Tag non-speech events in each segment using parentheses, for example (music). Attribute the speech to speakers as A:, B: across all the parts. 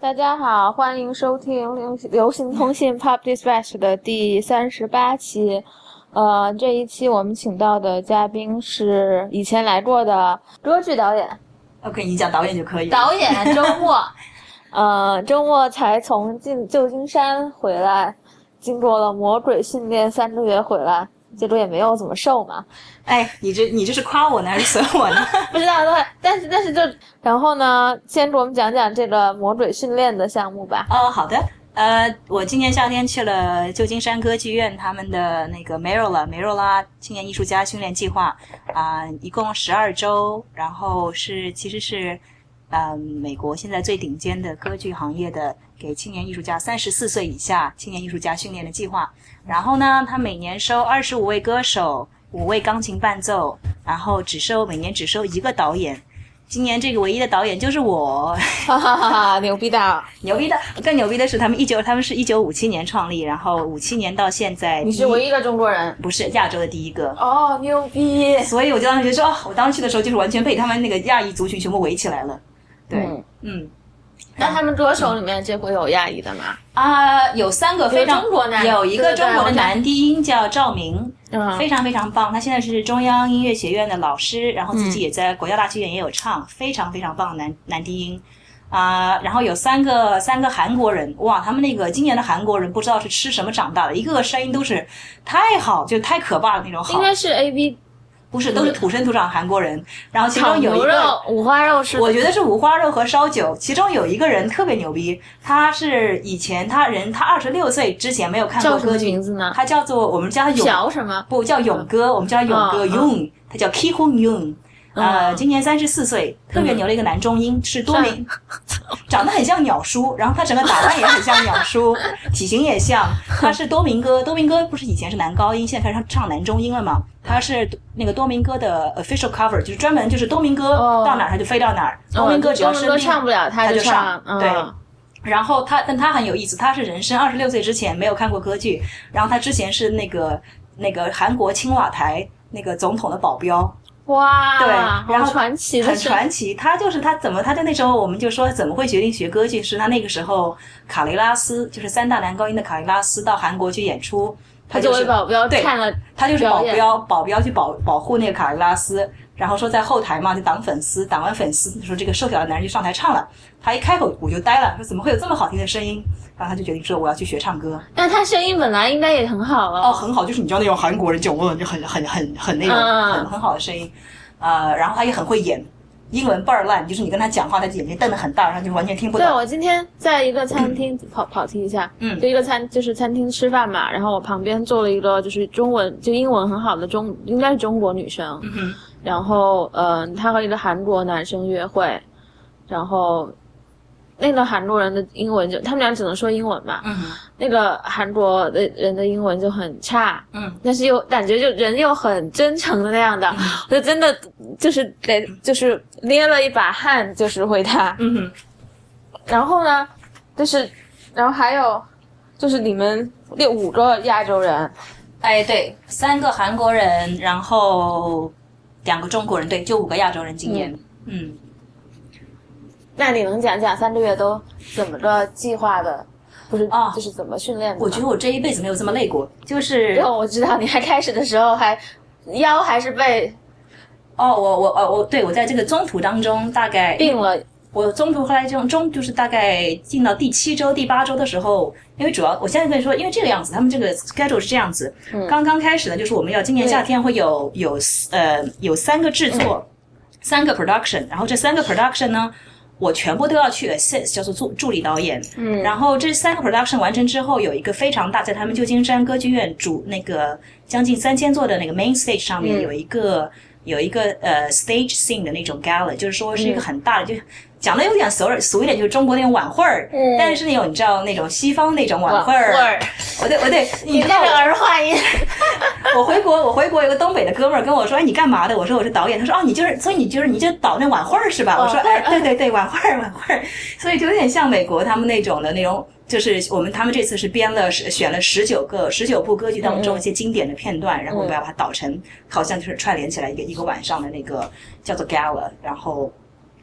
A: 大家好，欢迎收听流流行通信 Pop Dispatch 的第三十八期。呃，这一期我们请到的嘉宾是以前来过的歌剧导演，
B: OK，你讲导演就可以了。
A: 导演周末， (laughs) 呃，周末才从进旧金山回来，经过了魔鬼训练三个月回来，结果也没有怎么瘦嘛，
B: 哎，你这你这是夸我呢还是损我呢？
A: (laughs) 不知道都，但是但是就，然后呢，先给我们讲讲这个魔鬼训练的项目吧。
B: 哦，好的。呃，我今年夏天去了旧金山歌剧院他们的那个梅若拉梅若拉青年艺术家训练计划啊、一共十二周，然后是其实是嗯、美国现在最顶尖的歌剧行业的给青年艺术家三十四岁以下青年艺术家训练的计划。然后呢，他每年收二十五位歌手，五位钢琴伴奏，然后只收每年只收一个导演。今年这个唯一的导演就是我，
A: 哈哈哈哈，牛逼的！
B: 牛逼的，更牛逼的是他们一九，他们是一九五七年创立，然后五七年到现在，
A: 你是唯一的中国人
B: 不是亚洲的第一个，
A: 哦，牛逼！
B: 所以我就当时觉得说，哦，我当时去的时候就是完全被他们那个亚裔族群全部围起来了。对，
A: 嗯
B: 嗯
A: 那他们歌手里面这回有亚裔的吗？
B: 啊，有三个非常
A: 有中国男
B: 有一
A: 对
B: 个
A: 对
B: 中国
A: 我
B: 的
A: 知道
B: 男低音叫赵明，
A: 嗯
B: 非常非常棒，他现在是中央音乐学院的老师，然后自己也在国家大剧院也有唱，非常非常棒的男男低音。啊、然后有三个三个韩国人，哇，他们那个今年的韩国人不知道是吃什么长大的，一个个声音都是太好，就太可怕的那种好
A: 应，该是 A B
B: 不是都是土生土长韩国人。然后其中有一
A: 牛
B: 个
A: 肉、五花肉是，
B: 我觉得是五花肉和烧酒，其中有一个人特别牛逼，他是以前他人他二十六岁之前没有看
A: 叫
B: 过
A: 什
B: 歌
A: 么
B: 剧，
A: 名字呢？
B: 他叫做我们叫他勇
A: 朴什么？
B: 不叫勇哥，我们叫他勇哥
A: 嗯
B: Yung，他叫 Ki Hun Yung，呃，
A: 嗯
B: 今年三十四岁，特别牛的一个男中音，是多名，长得很像鸟叔，然后他整个打扮也很像鸟
A: (laughs)
B: 叔，体型也像，他是多明哥，多明哥不是以前是男高音，现在开始唱男中音了嘛？他是那个多明哥的 official cover，就是专门就是多明哥
A: 哦
B: 到哪儿他就飞到哪儿，多明哥只要
A: 中
B: 生
A: 文歌
B: 病
A: 唱不了，他
B: 他就
A: 唱
B: 上。
A: 嗯
B: 对然后他，但他很有意思，他是人生二十六岁之前没有看过歌剧，然后他之前是那个那个韩国青瓦台那个总统的保镖，
A: 哇，
B: 对
A: 好
B: 然后
A: 传奇的
B: 很
A: 是，
B: 传奇。他就是他怎么他在那时候我们就说怎么会决定学歌剧，是他那个时候卡雷拉斯就是三大男高音的卡雷拉斯到韩国去演出，
A: 他
B: 他就
A: 作
B: 是
A: 为保镖
B: 对
A: 看了，
B: 他就是保
A: 表
B: 镖，保镖去保保护那个卡雷拉斯，然后说在后台嘛，就挡粉丝，挡完粉丝，说这个瘦小的男人就上台唱了。他一开口我就呆了，说怎么会有这么好听的声音？然后他就决定说我要去学唱歌。
A: 但他声音本来应该也很好啊了。
B: 哦，，很好，就是你知道那种韩国人酒窝，就很很很很那种
A: 嗯
B: 很很好的声音，呃，然后他也很会演，英文倍儿烂，就是你跟他讲话，他眼睛瞪得很大，然后就完全听不
A: 对，
B: 懂。
A: 我今天在一个餐
B: (clears throat)
A: 厅跑跑题一下，
B: 嗯
A: 就一个餐就是餐厅吃饭嘛，然后我旁边坐了一个就是中文就英文很好的中应该是中国女生，
B: 嗯
A: 然后嗯、呃她和一个韩国男生约会，然后那个韩国人的英文就他们俩只能说英文嘛，
B: 嗯
A: 那个韩国的人的英文就很差，
B: 嗯，
A: 但是又感觉就人又很真诚的那样的，我就真的就是得就是捏了一把汗就是回他，
B: 嗯哼，
A: 然后呢，就是，然后还有，就是你们六五个亚洲人，
B: 哎，对，三个韩国人，然后两个中国人，对，就五个亚洲人今年。嗯，
A: 那你能讲讲三个月都怎么个计划的？不是，
B: 啊
A: 就是怎么训练的吗？
B: 我觉得我这一辈子没有这么累过，就是哦
A: 然后我知道你还开始的时候还腰还是被
B: 哦，我我哦我对我在这个中途当中大概
A: 病了，
B: 我中途后来这种中就是大概进到第七周、第八周的时候，因为主要我现在跟你说，因为这个样子，他们这个 schedule 是这样子。刚刚开始呢，就是我们要今年夏天会有有呃有三个制作，三个 production，然后这三个 production 呢，我全部都要去 assist，叫做助助理导演。嗯，然后这三个 production 完成之后，有一个非常大，在他们旧金山歌剧院主那个将近三千座的那个 main stage 上面有一个。有一个呃 stage scene 的那种 gala，就是说是一个很大的，就讲的有点俗俗一点，就是中国那种晚会儿，
A: 嗯
B: 但是那种你知道那种西方那种晚会儿，
A: 儿，
B: 我对我对，你
A: 你
B: 知道
A: 那个儿化
B: (laughs)
A: 音，
B: 我我回国我回国有个东北的哥们儿跟我说，哎你干嘛的？我说我是导演，他说哦你就是，所以你就是你就导那晚会儿是吧？我说
A: 哦晚会儿嗯
B: 哎对对对晚会儿晚会儿，所以就有点像美国他们那种的那种。就是我们他们这次是编了十选了十九个十九部歌剧当中一些经典的片
A: 嗯
B: 段，然后我们要把它导成，好像就是串联起来一个一个晚上的那个叫做 gala，然后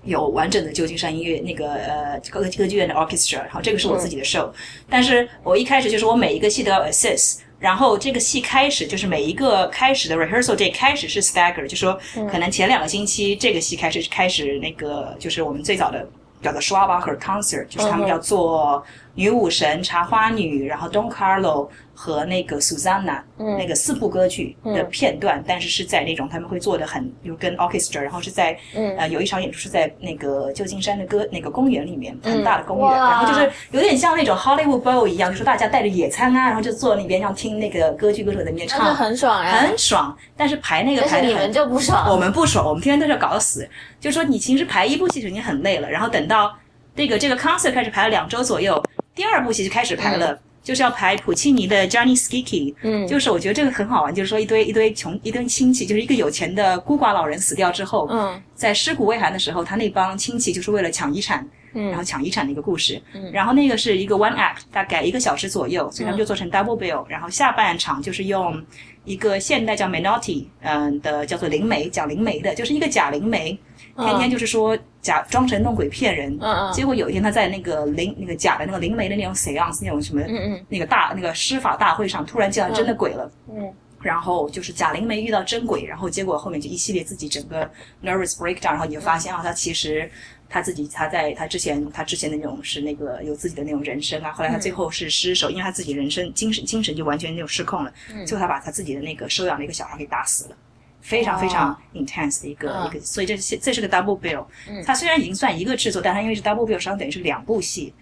B: 有完整的旧金山音乐那个呃歌歌剧院的 orchestra，然后这个是
A: 嗯
B: 我自己的 show，、但是我一开始就是我每一个戏都要 assist。然后这个戏开始就是每一个开始的 rehearsal day 开始是 stagger，就说可能前两个星期这个戏开始开始那个就是我们最早的叫做 s c h w a b a c h e r concert，就是他们要做女武神、茶花女，然后 Don Carlo 和那个 Susanna、那个四部歌剧的片段，但是是在那种他们会做的很有跟 orchestra，然后是在、呃有一场演出是在那个旧金山的歌那个公园里面，很大的公园，
C: 哇
B: 然后就是 (laughs) 有点像那种 Hollywood Bowl 一样，就是大家带着野餐啊，然后就坐那边要听那个歌剧歌手在那边
C: 那
B: 唱，
C: 就很爽呀、
B: 啊很爽，但是排那个
C: 但
B: 排
C: 是
B: 的
C: 你
B: 很
C: 们就不爽，
B: 我们不爽，我们天天在这搞死。就说你其实排一部戏就已经很累了，然后等到这个这个 concert 开始排了两周左右，第二部戏就开始排了，就是要排普契尼的 Johnny Skiki。
C: 嗯
B: 就是我觉得这个很好玩，就是说一堆一堆穷一堆亲戚，就是一个有钱的孤寡老人死掉之后，
C: 嗯
B: 在尸骨未寒的时候，他那帮亲戚就是为了抢遗产，然后抢遗产的一个故事。然后那个是一个 one act，大概一个小时左右，所以他们就做成 double bill、然后下半场就是用一个现代叫 Menotti，嗯、的叫做灵媒，讲灵媒的，就是一个假灵媒，天天就是说假装神弄鬼骗人。
C: 嗯嗯
B: 结果有一天他在那个灵那个假的那个灵媒的那种 seance 那种什么
C: 嗯嗯
B: 那个大那个施法大会上，突然见到真的鬼了。
C: 嗯
B: 然后就是贾玲没遇到真鬼，然后结果后面就一系列自己整个 nervous breakdown，然后你就发现啊，他其实他自己他在他之前他之前的那种是那个有自己的那种人生啊，后
C: 嗯
B: 来他最后是失手，因为他自己人生精神精神就完全那种失控了，
C: 嗯
B: 最后他把他自己的那个收养的一个小孩给打死了。非常非常 intense 的一个、
C: 嗯
B: 一个，所以这是这是个 double bill、它虽然已经算一个制作，但它因为是 double bill，实际上等于是两部戏，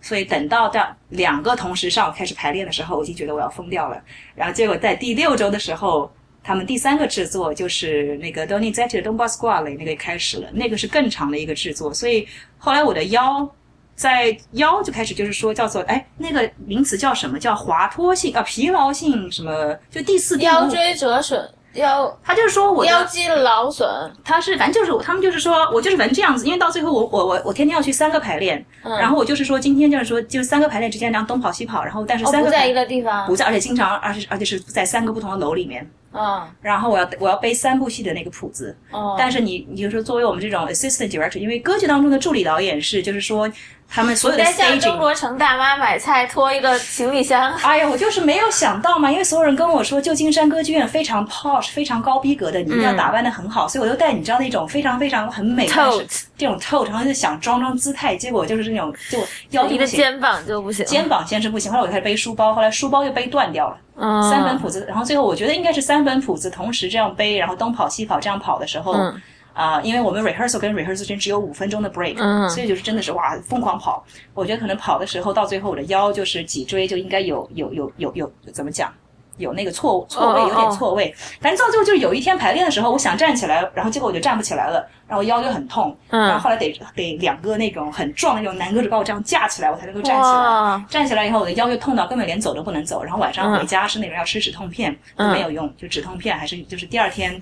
B: 所以等到到两个同时上开始排练的时候，我已经觉得我要疯掉了。然后结果在第六周的时候，他们第三个制作就是那个 Donny Zetti 的《东瓜 Squad》那个开始了，那个是更长的一个制作，所以后来我的腰。在腰就开始就是说叫做哎那个名词叫什么叫滑脱性啊疲劳性什么就第四第五
C: 腰椎折损，腰
B: 他就是说我的
C: 腰肌劳损，
B: 他是反正就是他们就是说我就是反正这样子，因为到最后我我我我天天要去三个排练，
C: 嗯
B: 然后我就是说今天就是说就三个排练之间，然后东跑西跑，然后但是
C: 哦，
B: 三
C: 不
B: 个
C: 在
B: 排
C: 一个地方
B: 不，在，而且经常而且而且是在三个不同的楼里面，
C: 嗯
B: 然后我要我要背三部戏的那个谱子，
C: 哦，
B: 但是你你就说作为我们这种 assistant director，因为歌剧当中的助理导演是就是说他们所有的
C: 该向中
B: staging。
C: 国城大妈买菜拖一个行李箱，
B: 哎呀，我就是没有想到嘛，因为所有人跟我说旧金山歌剧院非常 posh，非常高逼格的，你
C: 嗯
B: 一定要打扮的很好，所以我就带你知道那种非常非常很美，但是
C: Tote
B: 这种透，然后就想装装姿态，结果就是那种就腰
C: 一
B: 就不
C: 个
B: 行，
C: 肩膀就不行，
B: 肩膀先是不行，后来我就开始背书包，后来书包又背断掉了。
C: 嗯
B: 三本谱子，然后最后我觉得应该是三本谱子同时这样背，然后东跑西跑这样跑的时候，啊、
C: 嗯
B: 因为我们 rehearsal 跟 rehearsal 之间只有五分钟的 break，、
C: 嗯
B: 所以就是真的是哇疯狂跑。我觉得可能跑的时候到最后我的腰就是脊椎就应该有有有有有怎么讲？有那个错错位，
C: 哦哦
B: 有点错位。反正到最后就是有一天排练的时候，我想站起来，然后结果我就站不起来了，然后腰就很痛。
C: 嗯
B: 然后后来得得两个那种很壮的那种男歌手把我这样架起来，我才能够站起来。
C: 哇，
B: 站起来以后，我的腰又痛到根本连走都不能走，然后晚上回家是那种要吃止痛片，都没有用，就止痛片还是就是第二天，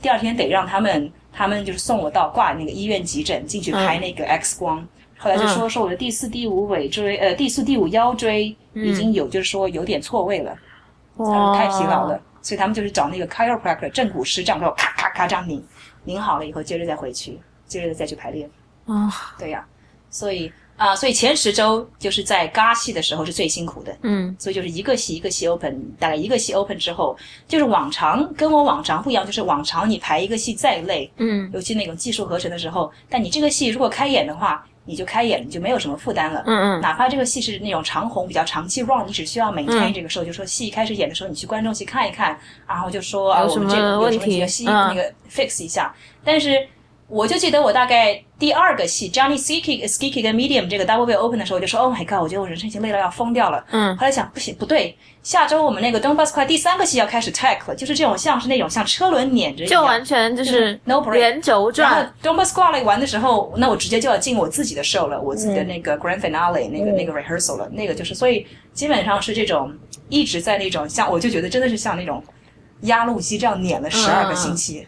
B: 第二天得让他们他们就是送我到挂那个医院急诊进去拍那个 X 光。后来就说说我的第四、第五尾椎，呃，第四、第五腰椎已经有，就是说有点错位了，
A: 哦
C: 哇
B: 太疲劳了，所以他们就是找那个 chiropractor 正骨师这样给我咔咔咔这样拧，拧好了以后，接着再回去，接着再去排练。
C: 啊，
B: 对呀、所以啊、所以前十周就是在嘎戏的时候是最辛苦的，
C: 嗯
B: 所以就是一个戏一个戏 open，大概一个戏 open 之后，就是往常跟我往常不一样，就是往常你排一个戏再累，
C: 嗯
B: 尤其那种技术合成的时候，但你这个戏如果开演的话，你就开演，你就没有什么负担了。
C: 嗯嗯
B: 哪怕这个戏是那种长红、比较长期 run，你只需要
C: 嗯
B: maintain 这个时候，就说戏一开始演的时候，你去观众席看一看，然后就说啊，
C: 有
B: 我
C: 什
B: 们
C: 么
B: 这个有什
C: 问
B: 么
C: 题
B: 几个戏
C: 嗯
B: 那个 fix 一下。但是我就记得我大概第二个戏 Johnny Skiki Skiki 跟 Medium 这个 double bill open 的时候，我就说 Oh my god，我觉得我人生已经累到要疯掉了。
C: 嗯
B: 后来想不行不对，下周我们那个 Don Bus 快第三个戏要开始 tack 了，就是这种像是那种像车轮碾着一
C: 就
B: 样，
C: 完全就是
B: no break
C: 连轴
B: 然后
C: 转，
B: d o m b a s q u a d 完的时候，那我直接就要进我自己的 show 了，我自己的那个 grand finale、那个那个 rehearsal 了，那个就是，所以基本上是这种一直在那种像，我就觉得真的是像那种压路机这样碾了十二个星期，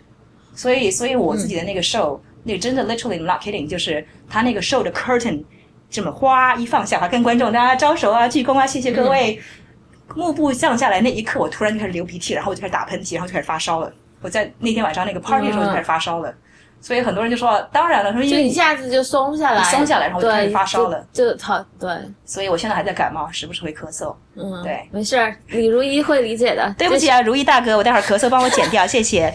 B: 所以所以我自己的那个 show，、那个真的 literally I'm not kidding，就是他那个 show 的 curtain 这么哗一放下，还跟观众大家招手啊、鞠躬啊，谢谢各位。幕布降下来那一刻，我突然就开始流鼻涕，然后我就开始打喷嚏，然后就开始发烧了。我在那天晚上那个 party 的时候就开始发烧了。所以很多人就说，当然了，说因
C: 就
B: 为
C: 一下子就松下来，
B: 松下来然后就开始
C: 对
B: 发烧了，
C: 就就好对，
B: 所以我现在还在感冒，时不时会咳嗽。
C: 嗯，
B: 对，
C: 没事儿，李如一会理解的。
B: 对不起啊，如意大哥，我待会儿咳嗽帮我剪 (laughs) 掉，谢谢。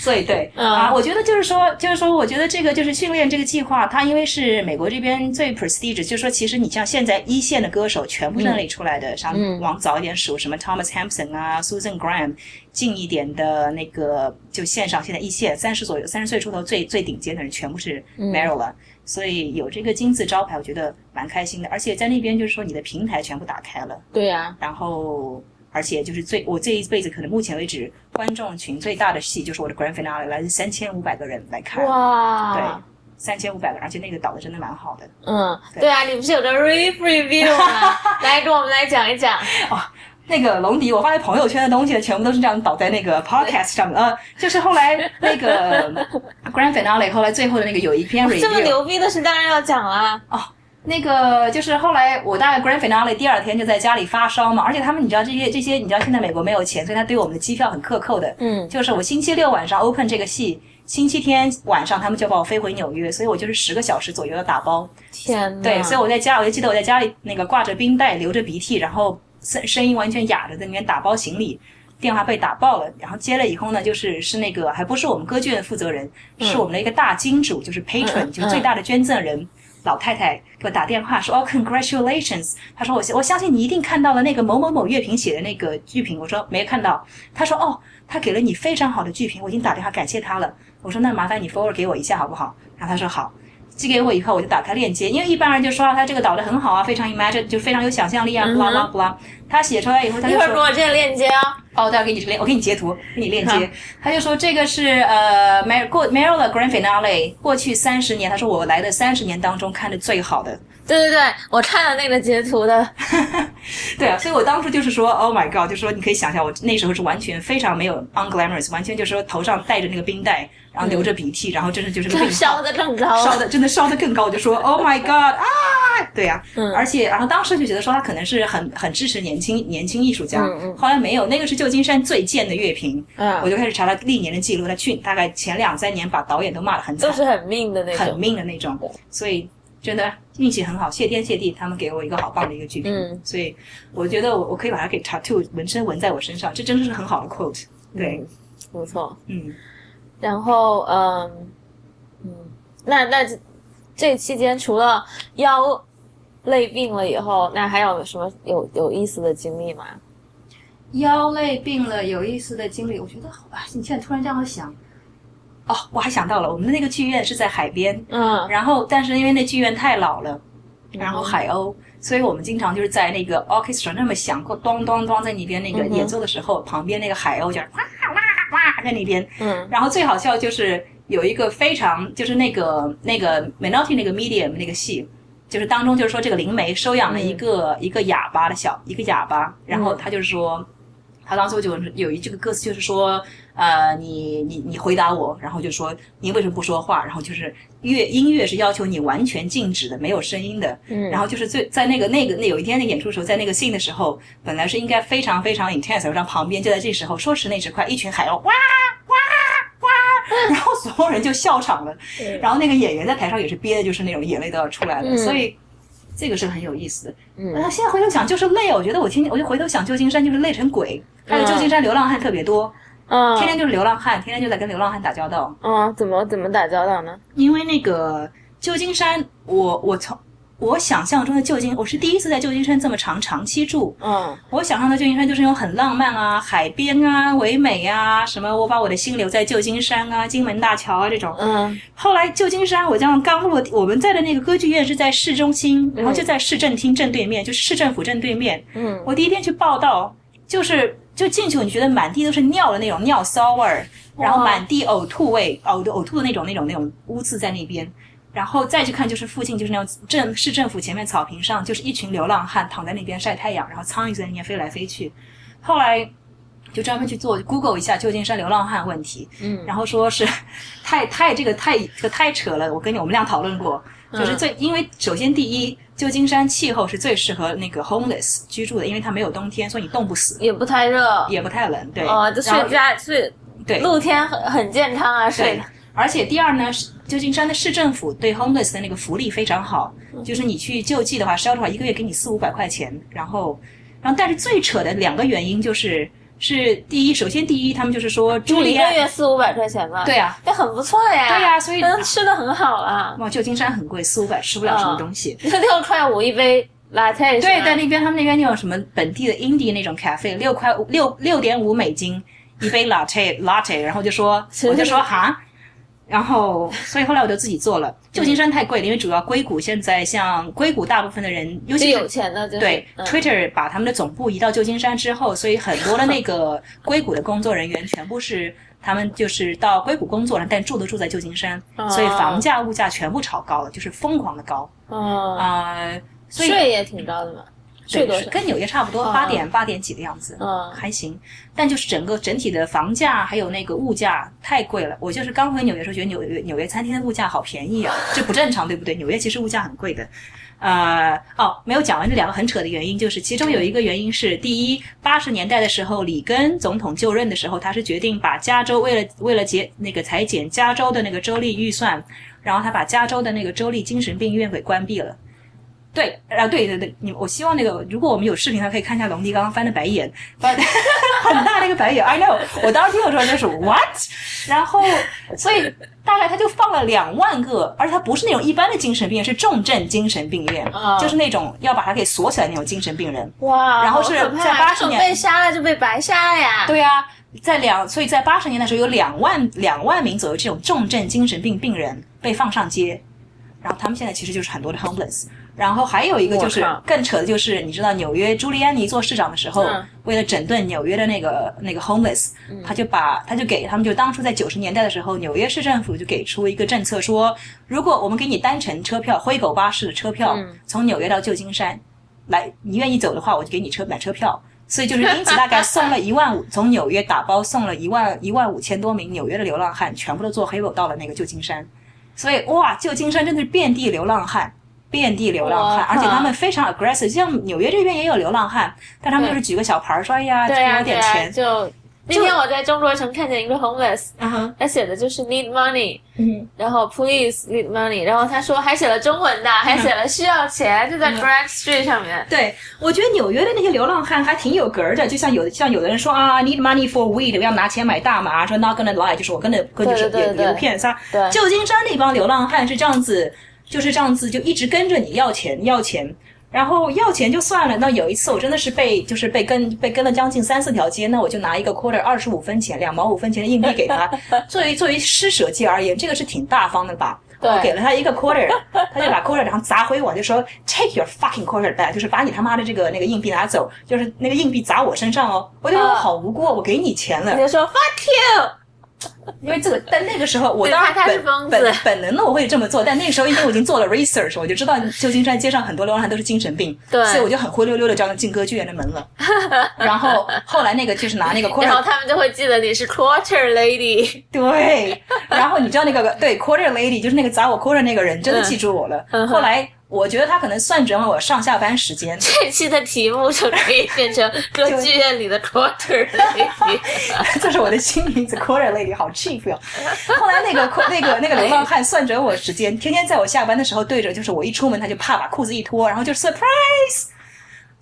B: 所以对、
C: 嗯
B: 啊，我觉得就是说，就是说，我觉得这个就是训练这个计划，它因为是美国这边最 prestige，就是说，其实你像现在一线的歌手全部是那里出来的，像往早一点数什么 Thomas Hampson 啊、Susan Graham，近一点的那个就线上现在一线三十左右、三十岁出头最最顶尖的人全部是 Maryland，、所以有这个金字招牌，我觉得蛮开心的，而且在那边就是说你的平台全部打开了。
C: 对呀、
B: 然后而且就是最我这一辈子可能目前为止观众群最大的戏就是我的 grand finale，来自三千五百个人来看，
C: 哇
B: 哎对，，三千五百个人，而且那个导的真的蛮好的。
C: 嗯，对啊，你不是有个 re review 吗？
B: (laughs)
C: 来，跟我们来讲一讲。
B: 哦那个龙迪，我发现朋友圈的东西全部都是这样导在那个 podcast 上面，呃，就是后来那个 (laughs) grand finale，后来最后的那个有哦一篇 review，
C: 这么牛逼的事当然要讲啦。
B: 那个就是后来我大概 grand finale 第二天就在家里发烧嘛，而且他们你知道这些这些你知道现在美国没有钱，所以他对我们的机票很克扣的。
C: 嗯
B: 就是我星期六晚上 open 这个戏，星期天晚上他们就把我飞回纽约，所以我就是十个小时左右要打包。
C: 天呐，
B: 对，所以我在家，我就记得我在家里那个挂着冰袋，流着鼻涕，然后声声音完全哑着，在那边打包行李。电话被打爆了，然后接了以后呢，就是是那个还不是我们歌剧院负责人，是我们的一个大金主，就是 patron，、
C: 嗯
B: 就是最大的捐赠人。老太太给我打电话说：“哦，congratulations！” 她说我：“我相信你一定看到了那个某某某乐评写的那个剧评。”我说：“没看到。”她说：“哦，她给了你非常好的剧评，我已经打电话感谢她了。”我说：“那麻烦你 forward 给我一下好不好？”然后她说：“好。”寄给我以后，我就打开链接，因为一般人就说啊，他这个导的很好啊，非常 imagine，就非常有想象力啊，blah blah blah。他写出来以后，他
C: 一
B: 就
C: 会儿给
B: 说，
C: 我这个链接啊。
B: 哦，待会儿给你链，我给你截图，给你链
C: 好
B: 接。他就说这个是呃，Mar 过 m a r i l a Grand Finale 过去三十年，他说我来的三十年当中看的最好的。
C: 对对对，我看了那个截图的，
B: 对啊，所以我当初就是说，Oh my God，就说你可以想象，我那时候是完全非常没有 unglamorous，完全就是说头上戴着那个冰袋，然后流着鼻涕，然后真的就是个病
C: (laughs)
B: 号
C: 烧的更高
B: 烧
C: 了。
B: 的真的烧的更高，我就说 Oh my God 啊，对呀、
C: 嗯
B: 而且然后当时就觉得说他可能是很很支持年轻年轻艺术家，
C: 嗯嗯
B: 后来没有，那个是旧金山最贱的乐评，
C: 嗯
B: 我就开始查他历年的记录，他去大概前两三年把导演都骂得很惨
C: 都，是很命的那
B: 很
C: 种。
B: 命的那种，所以。真的运气很好，谢天谢地，他们给我一个好棒的一个剧评，
C: 嗯
B: 所以我觉得我我可以把它给 tattoo 纹身纹在我身上，这真的是很好的 quote。对
C: 嗯，不错。
B: 嗯，
C: 然后嗯嗯，那那这这期间除了腰累病了以后，那还有什么有有意思的经历吗？
B: 腰累病了有意思的经历，我觉得好吧。你现在突然这样想，哦，我还想到了，我们的那个剧院是在海边，
C: 嗯，
B: 然后但是因为那剧院太老了，然后
C: 嗯
B: 海鸥，所以我们经常就是在那个 orchestra 那么响，过咚咚咚在那边那个
C: 嗯哼
B: 演奏的时候，旁边那个海鸥就哇哇哇在那边，
C: 嗯
B: 然后最好笑就是有一个非常就是那个那个 Menotti 那个 Medium 那个戏，就是当中就是说这个灵媒收养了一个、一个哑巴的小一个哑巴，然后他就是说。他当初就是有一句歌词，就是说，呃，你你你回答我，然后就说你为什么不说话？然后就是乐音乐是要求你完全静止的，没有声音的。
C: 嗯，
B: 然后就是最在那个那个那有一天那个演出的时候，在那个 scene 的时候，本来是应该非常非常 intense，让旁边就在这时候，说时那时快，一群海鸥哇哇哇，然后所有人就笑
C: (laughs)
B: 场了。然后那个演员在台上也是憋的，就是那种眼泪都要出来了，
C: 嗯
B: 所以。这个是很有意思的，
C: 嗯
B: 那现在回头想就是累，哦我觉得我天天我就回头想旧金山就是累成鬼，还有
C: 嗯
B: 旧金山流浪汉特别多，
C: 嗯
B: 天天就是流浪汉，天天就在跟流浪汉打交道。
C: 嗯，怎么怎么打交道呢？
B: 因为那个旧金山，我我从我想象中的旧金，我是第一次在旧金山这么长长期住。
C: 嗯
B: 我想象的旧金山就是那种很浪漫啊，海边啊，唯美啊，什么我把我的心留在旧金山啊，金门大桥啊这种。
C: 嗯
B: 后来旧金山，我这样刚落地，我们在的那个歌剧院是在市中心，然后就在市政厅正对面，就是市政府正对面。
C: 嗯，
B: 我第一天去报道，就是就进去，你觉得满地都是尿的那种尿骚味儿，然后满地呕吐味，呕呕吐的那种那种那种污渍在那边。然后再去看，就是附近就是那种政市政府前面草坪上，就是一群流浪汉躺在那边晒太阳，然后苍蝇在那边飞来飞去。后来就专门去做 Google 一下旧金山流浪汉问题，
C: 嗯
B: 然后说是 (laughs) 太太这个太这个太扯了，我跟你我们俩讨论过，就是最、因为首先第一，旧金山气候是最适合那个 homeless 居住的，因为它没有冬天，所以你冻不死，
C: 也不太热，
B: 也不太冷，对，
C: 哦，就
B: 然后
C: 睡家睡
B: 对
A: 露天很很健康啊，水
B: 对，而且第二呢，是旧金山的市政府对 homeless 的那个福利非常好，就是你去救济的话，shelter 的话一个月给你四五百块钱，然后，然后但是最扯的两个原因就是是第一，首先第一，他们就是说朱
A: 住一
B: 利
A: 个
B: 安，
A: 月四五百块钱吧，
B: 啊对啊，
A: 这很不错呀。
B: 对呀所以
A: 嗯吃的很好啊，
B: 哇，旧金山很贵，四五百吃不了什么东西。
A: 六块五一杯 latte 是吧
B: 对，在那边他们那边那种什么本地的 indie 那种 cafe，六块五六六点五美金一杯 latte (laughs) latte，然后就说我就说哈，然后所以后来我就自己做
A: 嗯
B: 了。旧金山太贵了，因为主要硅谷现在像硅谷大部分的人，尤
A: 就
B: 其
A: 有
B: 是。
A: 钱的，就是
B: 对、
A: 嗯
B: t w i t t e r 把他们的总部移到旧金山之后，所以很多的那个硅谷的工作人员全部是他们就是到硅谷工作了，但住都住在旧金山，
A: 哦
B: 所以房价、物价全部炒高了，就是疯狂的高
A: 嗯，
B: 啊、呃所以
A: 税也挺高的嘛，税
B: 对，
A: 多
B: 是啊
A: 少？
B: 跟纽约差不多，
A: 嗯
B: 八点八点几的样子，
A: 嗯
B: 还行。但就是整个整体的房价还有那个物价太贵了。我就是刚回纽约的时候，觉得纽约纽约餐厅的物价好便宜啊，这不正常，对不对？纽约其实物价很贵的。呃，哦，没有讲完这两个很扯的原因，就是其中有一个原因是，第一，八十年代的时候，里根总统就任的时候，他是决定把加州为了为了节那个裁减加州的那个州立预算，然后他把加州的那个州立精神病院给关闭了。对，啊，对对对，你我希望那个，如果我们有视频的话，可以看一下龙迪刚刚翻的白眼，翻 (laughs) 很大的一个白眼。I know，我当时听的时候就是 what，然后所以大概他就放了两万个，而且他不是那种一般的精神病院，是重症精神病院，
A: 啊
B: 就是那种要把他给锁起来那种精神病人。
A: 哇，
B: 然后是
A: 好可怕
B: 在80
A: 这种
B: 年
A: 被杀了就被白杀了呀，
B: 对呀、在两，所以在八十年代的时候，有两万两万名左右这种重症精神病病人被放上街，然后他们现在其实就是很多的 homeless。然后还有一个就是
A: 我靠
B: 更扯的就是，你知道纽约朱利安尼做市长的时候，
A: 嗯
B: 为了整顿纽约的那个那个 homeless，、他就把他就给他们就当初在九十年代的时候，纽约市政府就给出一个政策说，如果我们给你单程车票，灰狗巴士的车票，
A: 嗯
B: 从纽约到旧金山，来，你愿意走的话，我就给你车买车票。所以就是因此，大概送了一万五，从纽约打包送了一万一万五千多名纽约的流浪汉，全部都坐黑狗到了那个旧金山。所以哇，旧金山真的是遍地流浪汉，遍地流浪汉，
A: 哇
B: 而且他们非常 aggressive，像纽约这边也有流浪汉，但他们就是举个小牌儿说哎呀，
A: 对
B: 给
A: 呀
B: 我
A: 对啊
B: 点
A: 呀，
B: 钱。
A: 就那天我在中国城看见一个 homeless，
B: 嗯哼，
A: 他写的就是 need money，
B: 嗯
A: 然后 please need money，然后他说还写了中文的，还写了需要钱，就
B: 嗯
A: 在 Brad Street 上面。
B: 对，我觉得纽约的那些流浪汉还挺有格儿的，就像有的像有的人说啊，need money for weed，我要拿钱买大麻，说 not gonna lie，就是我跟着跟着
A: 对对
B: 有
A: 对
B: 有骗撒。
A: 对
B: 旧金山那帮流浪汉是这样子，就是这样子，就一直跟着你要钱要钱。然后要钱就算了，那有一次我真的是被就是被跟被跟了将近三四条街，那我就拿一个 quarter 二十五分钱两毛五分钱的硬币给他，
A: (laughs)
B: 作为作为施舍界而言，这个是挺大方的吧？
A: 对
B: 我给了他一个 quarter，他
A: (laughs)
B: 就把 quarter 然后砸回我，就说 take your fucking quarter back，就是把你他妈的这个那个硬币拿走，就是那个硬币砸我身上哦。我就说
A: 啊
B: 我好无辜，我给你钱了
A: 你，就说 fuck you，
B: 因为这个，但那个时候我
A: 对
B: 当然
A: 他他是
B: 本
A: 疯子
B: 本本能的我会这么做，但那个时候因为我已经做了 research，我就知道旧金山街上很多流浪汉都是精神病，
A: (laughs) 对
B: 所以我就很灰溜溜的照样进歌剧院的门了。 (laughs) 然后后来那个就是拿那个
A: (laughs)
B: quarter，
A: 然后他们就会记得你是 quarter lady，
B: 对，然后你知道那个对 quarter lady 就是那个砸我 quarter 那个人，真的记住我了。
A: 嗯
B: 后来我觉得他可能算准了我上下班时间，
A: 这期的题目就可以变成歌剧院里的 quarter
B: (laughs)
A: lady。
B: 这是我的新名字 quarter lady，好 cheap 哟、后来那个 qu- 那个那个流浪汉算准我时间，天天在我下班的时候对着，就是我一出门他就怕把裤子一脱，然后就 surprise。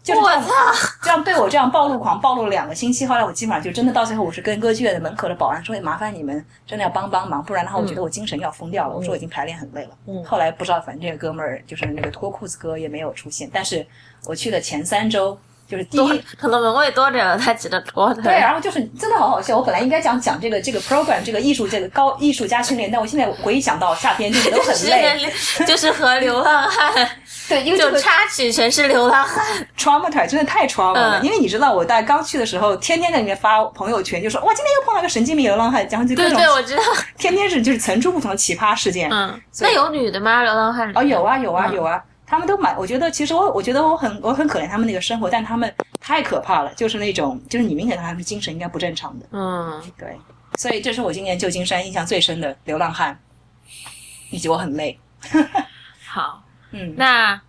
B: 就是这样
A: 我操，
B: 这样对我这样暴露狂暴露了两个星期，后来我基本上就真的到最后，我是跟歌剧院的门口的保安说：“哎麻烦你们真的要帮帮忙，不然的话，我
A: 嗯
B: 觉得我精神要疯掉了。我说我已经排练很累了。后来不知道，反正这个哥们儿就是那个脱裤子哥也没有出现，但是我去的前三周就是第一
A: 多可能门卫多着呢，他记得 quarter。
B: 对，啊然后就是真的好好笑。我本来应该讲讲这个这个 program 这个艺术这个高艺术家训练，但我现在回想到夏天就是都很
A: (laughs)
B: 累。
A: 是就是和流浪
B: (laughs)
A: 汉，
B: 对，因为这
A: 就
B: 个
A: 插曲全是流浪汉。
B: trauma 真的太 trauma 了。
A: 嗯
B: 因为你知道，我大概刚去的时候，天天在里面发朋友圈，就说哇，今天又碰到个神经病流浪汉，然后就各
A: 对
B: 种
A: 对，我知
B: (laughs)
A: 道。
B: 天天是就是层出不穷的奇葩事件。
A: 嗯，
B: 所
A: 那
B: 以
A: 有女的吗？流浪汉里？
B: 哦，有啊，有啊，
A: 嗯
B: 有啊。他们都蛮，我觉得其实我我觉得我很我很可怜他们那个生活，但他们太可怕了，就是那种就是你明显看他们精神应该不正常的，
A: 嗯，
B: 对，所以这是我今年旧金山印象最深的流浪汉，以及我很累，
A: 好，
B: 嗯
A: 那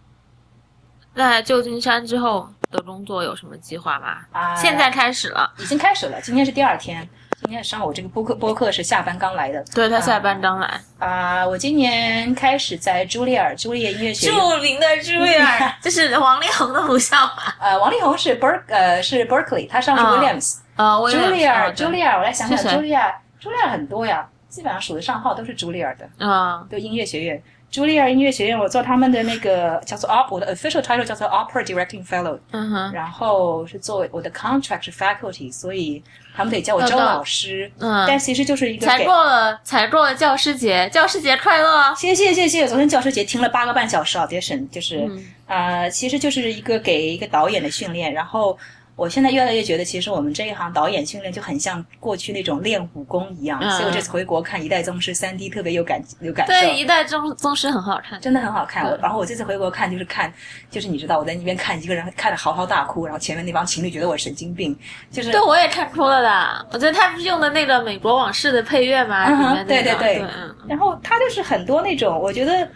A: 那旧金山之后的工作有什么计划吗？
B: 啊
A: 现在开始了，
B: 已经开始了，今天是第二天，今天上午这个播客播客是下班刚来的
A: 对他下班刚来，
B: 啊、我今年开始在朱丽尔朱丽叶音乐学院，
A: 著名的朱丽
B: (laughs)
A: 尔，就是王力宏的母校嘛。
B: 呃，王力宏是 Berk 呃是 Berkeley，他上是
A: 啊
B: Williams，
A: 啊，我
B: 朱丽尔，朱
A: 丽
B: 丽尔，我来想
A: 是
B: 想，
A: 谁
B: 朱丽尔，朱丽尔很多呀，基本上数得上号都是朱丽尔的，
A: 啊，
B: 都音乐学院。朱丽尔音乐学院，我做他们的那个叫做 op，我的 official title 叫做 opera directing fellow，
A: 嗯哼，
B: 然后是作为我的 contract 是 faculty，所以他们得叫我
A: 哦
B: 周
A: 懂
B: 老师，
A: 嗯
B: 但其实就是一个
A: 才
B: 给
A: 过了，才过了教师节，教师节快乐啊！
B: 谢谢谢谢，昨天教师节听了八个半小时 audition，就是、
A: 嗯
B: 呃，其实就是一个给一个导演的训练。然后我现在越来越觉得，其实我们这一行导演训练就很像过去那种练武功一样。
A: 嗯
B: 所以我这次回国看《一代宗师》三 D 特别有感有感受。
A: 对，一代宗宗师很好看，
B: 真的很好看，我然后我这次回国看就是看，就是你知道我在那边看一个人看的嚎啕大哭，然后前面那帮情侣觉得我神经病，就是
A: 对，我也看哭了的。我觉得他不是用的那个美国往事的配乐吗？
B: 嗯
A: 里
B: 哼
A: 面那个
B: 对对对
A: 对，嗯
B: 然后他就是很多那种，我觉得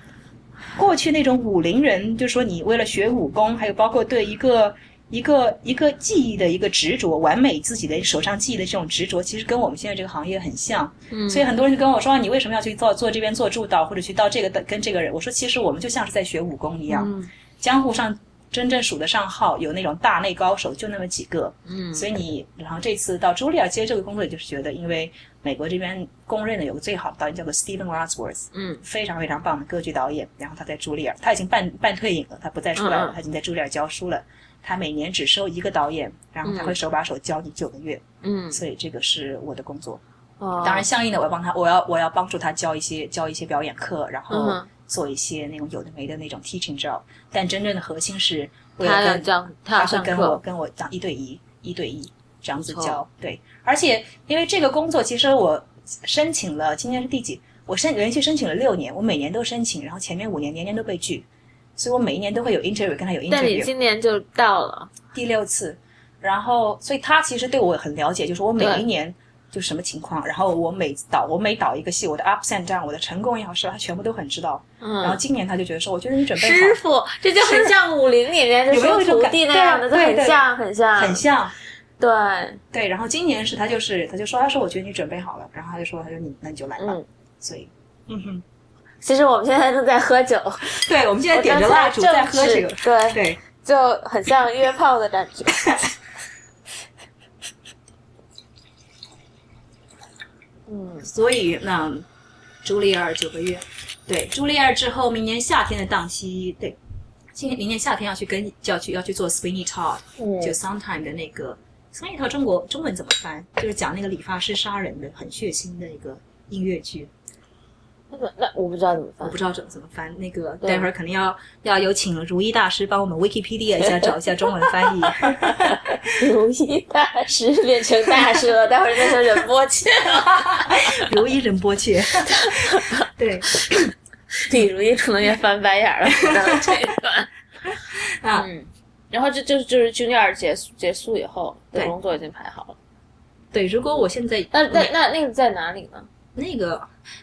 B: 过去那种武林人，就说你为了学武功，还有包括对一个一个一个技艺的一个执着，完美自己的手上技艺的这种执着，其实跟我们现在这个行业很像。嗯，所以很多人就跟我说，啊你为什么要去做做这边做助导，或者去到这个的跟这个人？我说，其实我们就像是在学武功一样，江湖上。真正数得上号有那种大内高手就那么几个，嗯，所以你然后这次到茱莉亚接这个工作，就是觉得因为美国这边公认的有个最好的导演叫做 Steven Rodsworth，
A: 嗯，
B: 非常非常棒的歌剧导演。然后他在茱莉尔，他已经半半退隐了，他不再出来
A: 嗯
B: 了，
A: 嗯
B: 他已经在茱莉尔教书了。他每年只收一个导演，然后他会手把手教你九个月，
A: 嗯，
B: 所以这个是我的工作。
A: 哦
B: 当然，相应的我要帮他，我要我要帮助他教一些教一些表演课，然
A: 嗯
B: 后
A: 哼
B: 做一些那种有的没的那种 teaching job。但真正的核心是为
A: 他
B: 了
A: 要
B: 跟
A: 讲，他
B: 他
A: 要
B: 会
A: 上
B: 跟我
A: 课，
B: 跟我讲一对一、一对一这样子
A: 不错
B: 教。对，而且因为这个工作，其实我申请了，今年是第几？我申连续申请了六年，我每年都申请，然后前面五年年年都被拒，所以我每一年都会有 interview 跟他有
A: 但你
B: interview，
A: 今年就到了，
B: 第六次。然后，所以他其实对我很了解，就是我每
A: 对
B: 一年就什么情况，然后我每导我每导一个戏，我的 up s and down，我的成功也好失败，他全部都很知道。然后
A: 嗯。
B: 今年他就觉得说，我觉得你准备好
A: 师傅，这就很像武林里面就
B: 有没有
A: 收
B: 一种
A: 徒
B: 感
A: 弟那
B: 对啊
A: 样的，就
B: 对
A: 很
B: 对
A: 像，很像，
B: 很像，
A: 对，
B: 对，然后今年是他就是他就说他说我觉得你准备好了，然后他就说他说你那你就来吧，
A: 嗯
B: 所以嗯哼，
A: 其实我们现在正在喝酒，
B: 对，我们现在点着
A: 我刚才
B: 蜡烛
A: 正
B: 在喝这个
A: 是，对，
B: 对，
A: 就很像约炮的感 (laughs) 觉。嗯
B: 所以那朱丽二九个月，对，朱丽二之后明年夏天的档期，对，今年明年夏天要去跟就要去要去做 Sweeney Todd，、就 Sometime 的那个 Sweeney Todd 中国中文怎么翻？就是讲那个理发师杀人的很血腥的一个音乐剧，
A: 那那我不知道怎么
B: 我
A: 翻
B: 不。知道怎么怎么翻，那个待会儿肯定要要有请如一大师帮我们 Wikipedia
A: (laughs)
B: 一下找一下中文翻译。
A: 如意大师变成大师了， (laughs) 待会儿变成人波切，
B: 如一仁
A: (laughs)
B: 波切，对
A: 李如意可能也翻白眼儿了。看到 (laughs) 这一段，
B: 啊，
A: 嗯，然后这就就是军第二结束结束以后的
B: 对
A: 工作已经排好了。嗯
B: 对，如果我现在
A: 那那那那个在哪里呢？
B: 那个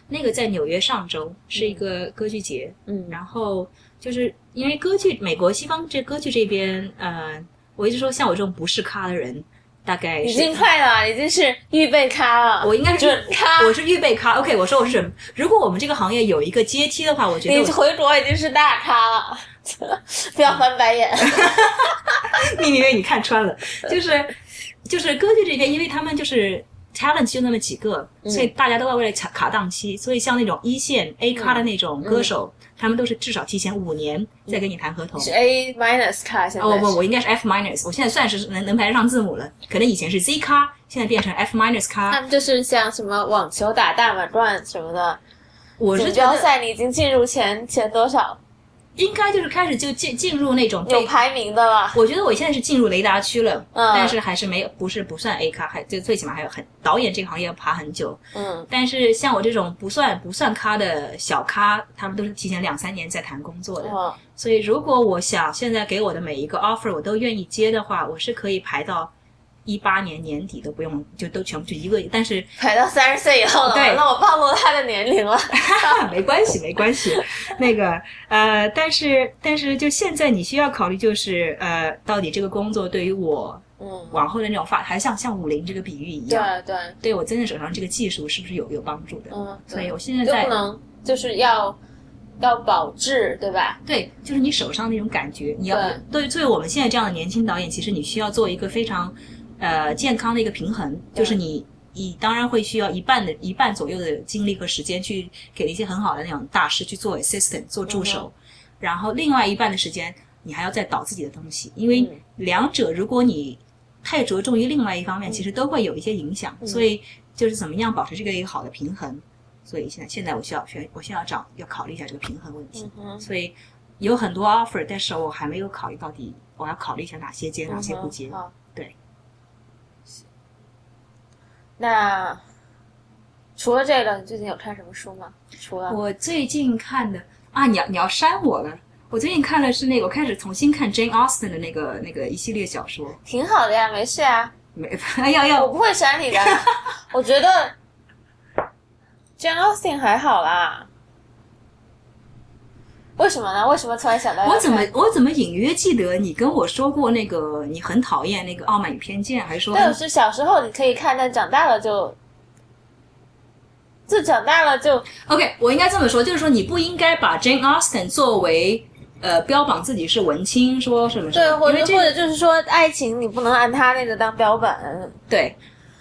B: 那个在纽约上周是一个歌剧节，
A: 嗯
B: 然后就是因为歌剧，美国西方这歌剧这边，呃，我一直说像我这种不是咖的人，大概
A: 已
B: 是
A: 经快了，已经是预备咖了。
B: 我应该是
A: 准咖
B: 我是预备咖。OK，我说我是准。如果我们这个行业有一个阶梯的话，我觉得
A: 你
B: 我
A: 回国已经是大咖了，不要翻白眼。
B: 嗯 (laughs) 你以为你看穿了，就是就是歌剧这边，因为他们就是 talent 就那么几个，所以
A: 嗯
B: 大家都要为了卡卡档期，所以像那种一线 A 咖的那种
A: 嗯
B: 歌手，他们都是至少提前五年再跟你谈合同。
A: 是 A minus 咖，现在
B: 哦，
A: 是、
B: 我我应该是 F minus，我现在算是能能排得上字母了，可能以前是 Z 咖，现在变成 F minus
A: 他
B: 咖。
A: 们就是像什么网球打大满贯什么的，
B: 我是
A: 锦
B: 觉
A: 标
B: 得
A: 赛你已经进入前前多少
B: 应该就是开始就进进入那种
A: 有
B: 被。
A: 排名的了？
B: 我觉得我现在是进入雷达区了，
A: 嗯
B: 但是还是没有，不是不算 A 咖，还就最起码还有很导演这个行业要爬很久，
A: 嗯，
B: 但是像我这种不算不算咖的小咖，他们都是提前两三年在谈工作的。
A: 哦，
B: 所以如果我想现在给我的每一个 offer 我都愿意接的话，我是可以排到一八年年底都不用，就都全部就一个。但是
A: 排到三十岁以后了，
B: 对
A: 那我暴露他的年
B: (laughs)
A: 龄了。
B: 啊没关系，没
A: (laughs)
B: 关系。那个呃，但是但是就现在你需要考虑就是呃，到底这个工作对于我
A: 嗯，
B: 往后的那种发，还像像武林这个比喻一样，
A: 对对，
B: 对我真正手上这个技术是不是有有帮助的？
A: 嗯，
B: 所
A: 对
B: 以我现在
A: 就
B: 在
A: 不能就是要要保质，对吧？
B: 对，就是你手上那种感觉，你要
A: 对
B: 对作为我们现在这样的年轻导演，其实你需要做一个非常呃健康的一个平衡，就是你呃你当然会需要一半的一半左右的精力和时间去给那些很好的那种大师去做 assistant 做助
A: 嗯
B: 手，然后另外一半的时间你还要再导自己的东西，因为
A: 嗯
B: 两者如果你太着重于另外一方面，其实都会有一些影
A: 嗯
B: 响，所以就是怎么样保持这个一个好的平衡。所以现在现在我需要学，我需要找要考虑一下这个平衡问题。
A: 嗯，
B: 所以有很多 offer，但是我还没有考虑到底我要考虑一下哪些接，哪些不接。
A: 嗯好
B: 对。
A: 那除了这个，你最近有看什么书吗？除了
B: 我最近看的啊，你要你要删我了。我最近看的是那个，我开始重新看 Jane Austen 的那个那个一系列小说。
A: 挺好的呀，没事啊，
B: 没，哎要
A: 哎我
B: 要
A: 不会删 (laughs) 你的。我觉得 Jane Austen 还好啦。为什么呢？为什么突然想到要
B: 我怎么
A: 看
B: 我怎么隐约记得你跟我说过那个你很讨厌那个《傲慢与偏见》，还是说
A: 对，我是小时候你可以看，但长大了就，就长大了就
B: OK，我应该这么说，就是说你不应该把 Jane Austen 作为呃标榜自己是文青，说什么什么，
A: 对，或
B: 因
A: 者
B: 为这
A: 或者就是说，爱情你不能按他那个当标本，
B: 对，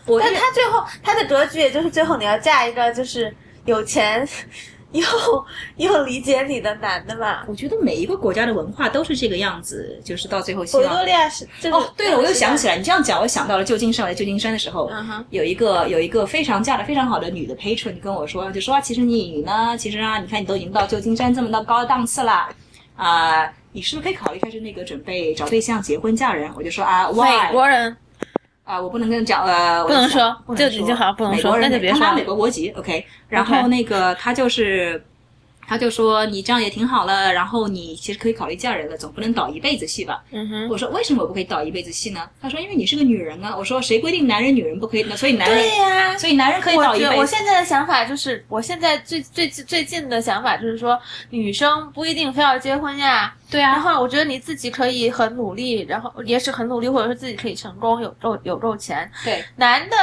B: 我
A: 但
B: 越
A: 他最后他的格局也就是最后你要嫁一个就是有钱又又理解你的男的嘛。
B: 我觉得每一个国家的文化都是这个样子，就是到最后希
A: 维多
B: 望。
A: 利亚是就是
B: 哦，对了，我又想起来，你这样讲，我想到了旧金山。我在旧金山的时候
A: 嗯哼
B: 有一个有一个非常嫁的非常好的女的 patron 跟我说，就说啊，其实你呢，其实啊，你看你都已经到旧金山这么到高的档次啦，啊、你是不是可以考虑一下是那个准备找对象、结婚、嫁人？我就说啊
C: 美
B: ，why
C: 国人
B: 啊，我不能跟你讲呃，不
C: 不能说
B: 不能
C: 就
B: 说
C: 你就好不能
B: 美
C: 说
B: 国人
C: 那就
B: 美
C: 别
B: 他
C: 说
B: 拿
C: 了
B: 美国国籍，OK。然后
C: OK
B: 那个他就是，他就说你这样也挺好了，然后你其实可以考虑嫁人了，总不能倒一辈子戏吧？嗯
C: 哼。
B: 我说为什么我不可以倒一辈子戏呢？他说因为你是个女人啊。我说谁规定男人女人不可以呢？所以男人
A: 对，呀、
B: 所以男人可以
A: 我
B: 倒一
A: 觉得
B: 辈
A: 我
B: 子。
A: 现在的想法就是，我现在最最最最近的想法就是说，女生不一定非要结婚呀。
B: 对
A: 然
B: 啊，
A: 后我觉得你自己可以很努力，然后也许很努力，或者说自己可以成功，有够有够钱。
B: 对
A: 男的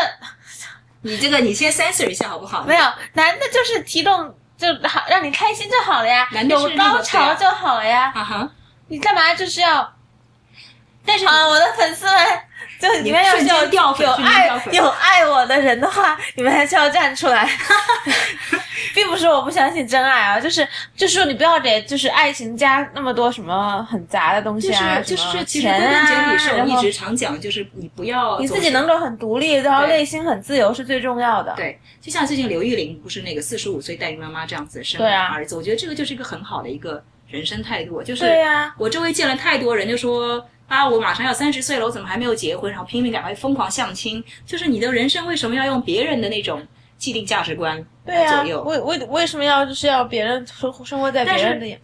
B: 你这个你先 censor 一下好不好？
A: 没有，男的就是提供就好，让你开心就好了呀，
B: 男的是
A: 有
B: 那个
A: 高潮就好了呀。
B: 啊哈，
A: 你干嘛就是要
B: 但是
A: 啊？我的粉丝们，就你们要是
B: 瞬间
A: 有
B: 掉粉
A: 有
B: 瞬间掉
A: 爱
B: 粉
A: 有爱我的人的话，你们还是要站出
B: (laughs)
A: 来。并不是我不相信真爱啊，就是就是说你不要给就是爱情加那么多什么很杂的东西
B: 就是
A: 啊，
B: 就是
A: 什么
B: 这其实归
A: 钱
B: 根结
A: 啊，
B: 底是我
A: 然
B: 一
A: 后
B: 直常讲，就是你不要
A: 你
B: 总
A: 自己
B: 是
A: 能够很独立，然后
B: 对
A: 内心很自由是最重要的。
B: 对，就像最近刘玉玲不是那个四十五岁代孕妈妈这样子生了
A: 对啊
B: 儿子，我觉得这个就是一个很好的一个人生态度。就是
A: 对啊呀
B: 我周围见了太多人就说啊，我马上要三十岁了，我怎么还没有结婚？然后拼命赶快疯狂相亲，就是你的人生为什么要用别人的那种既定价值观
A: 对
B: 来
A: 啊
B: 左，右？
A: 为为为什么要就是要别人生生活在别
B: 是
A: 人的眼？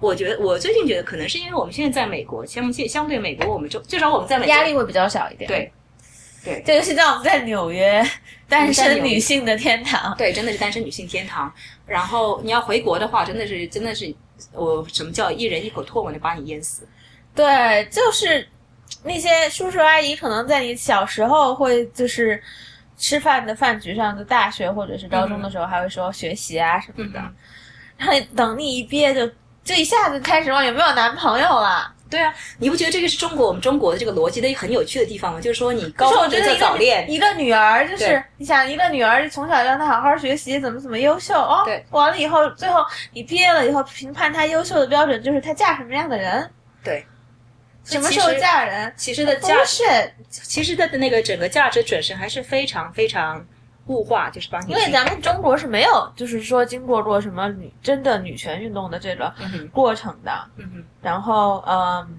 B: 我觉得我最近觉得可能是因为我们现在在美国，相相对美国，我们就至少我们在美国
A: 压力会比较小一点。
B: 对对
A: 这个是让我们在纽约单
B: 在纽
A: 身
B: 约
A: 女性的天堂。
B: 对，真的是单身女性天堂。然后你要回国的话，真的是真的是我什么叫一人一口唾沫就把你淹死。
A: 对，就是那些叔叔阿姨，可能在你小时候会就是吃饭的饭局上，就大学或者是高中的时候，还会说学习啊什么的。
B: 嗯
A: 然后你等你一毕业就，就一下子开始问有没有男朋友了。
B: 对啊，你不觉得这个是中国我们中国的这个逻辑的一个很有趣的地方吗？就是说你
A: 就
B: 高
A: 是我
B: 中
A: 觉
B: 哦就
A: 得
B: 叫
A: 一个
B: 早恋，
A: 一个女儿，就是
B: 对
A: 你想一个女儿从小让她好好学习，怎么怎么优秀哦。
B: 对，
A: 完了以后，最后你毕业了以后，评判她优秀的标准就是她嫁什么样的人，
B: 对，
A: 什么时候嫁
B: (laughs)
A: 人。
B: 其实的价，
A: bullshit，
B: 其实的那个整个价值准绳还是非常非常物化，就是把你
A: 因为咱们中国是没有，就是说经过过什么女真的女权运动的这个
B: 嗯哼
A: 过程的。
B: 嗯哼
A: 然后，嗯，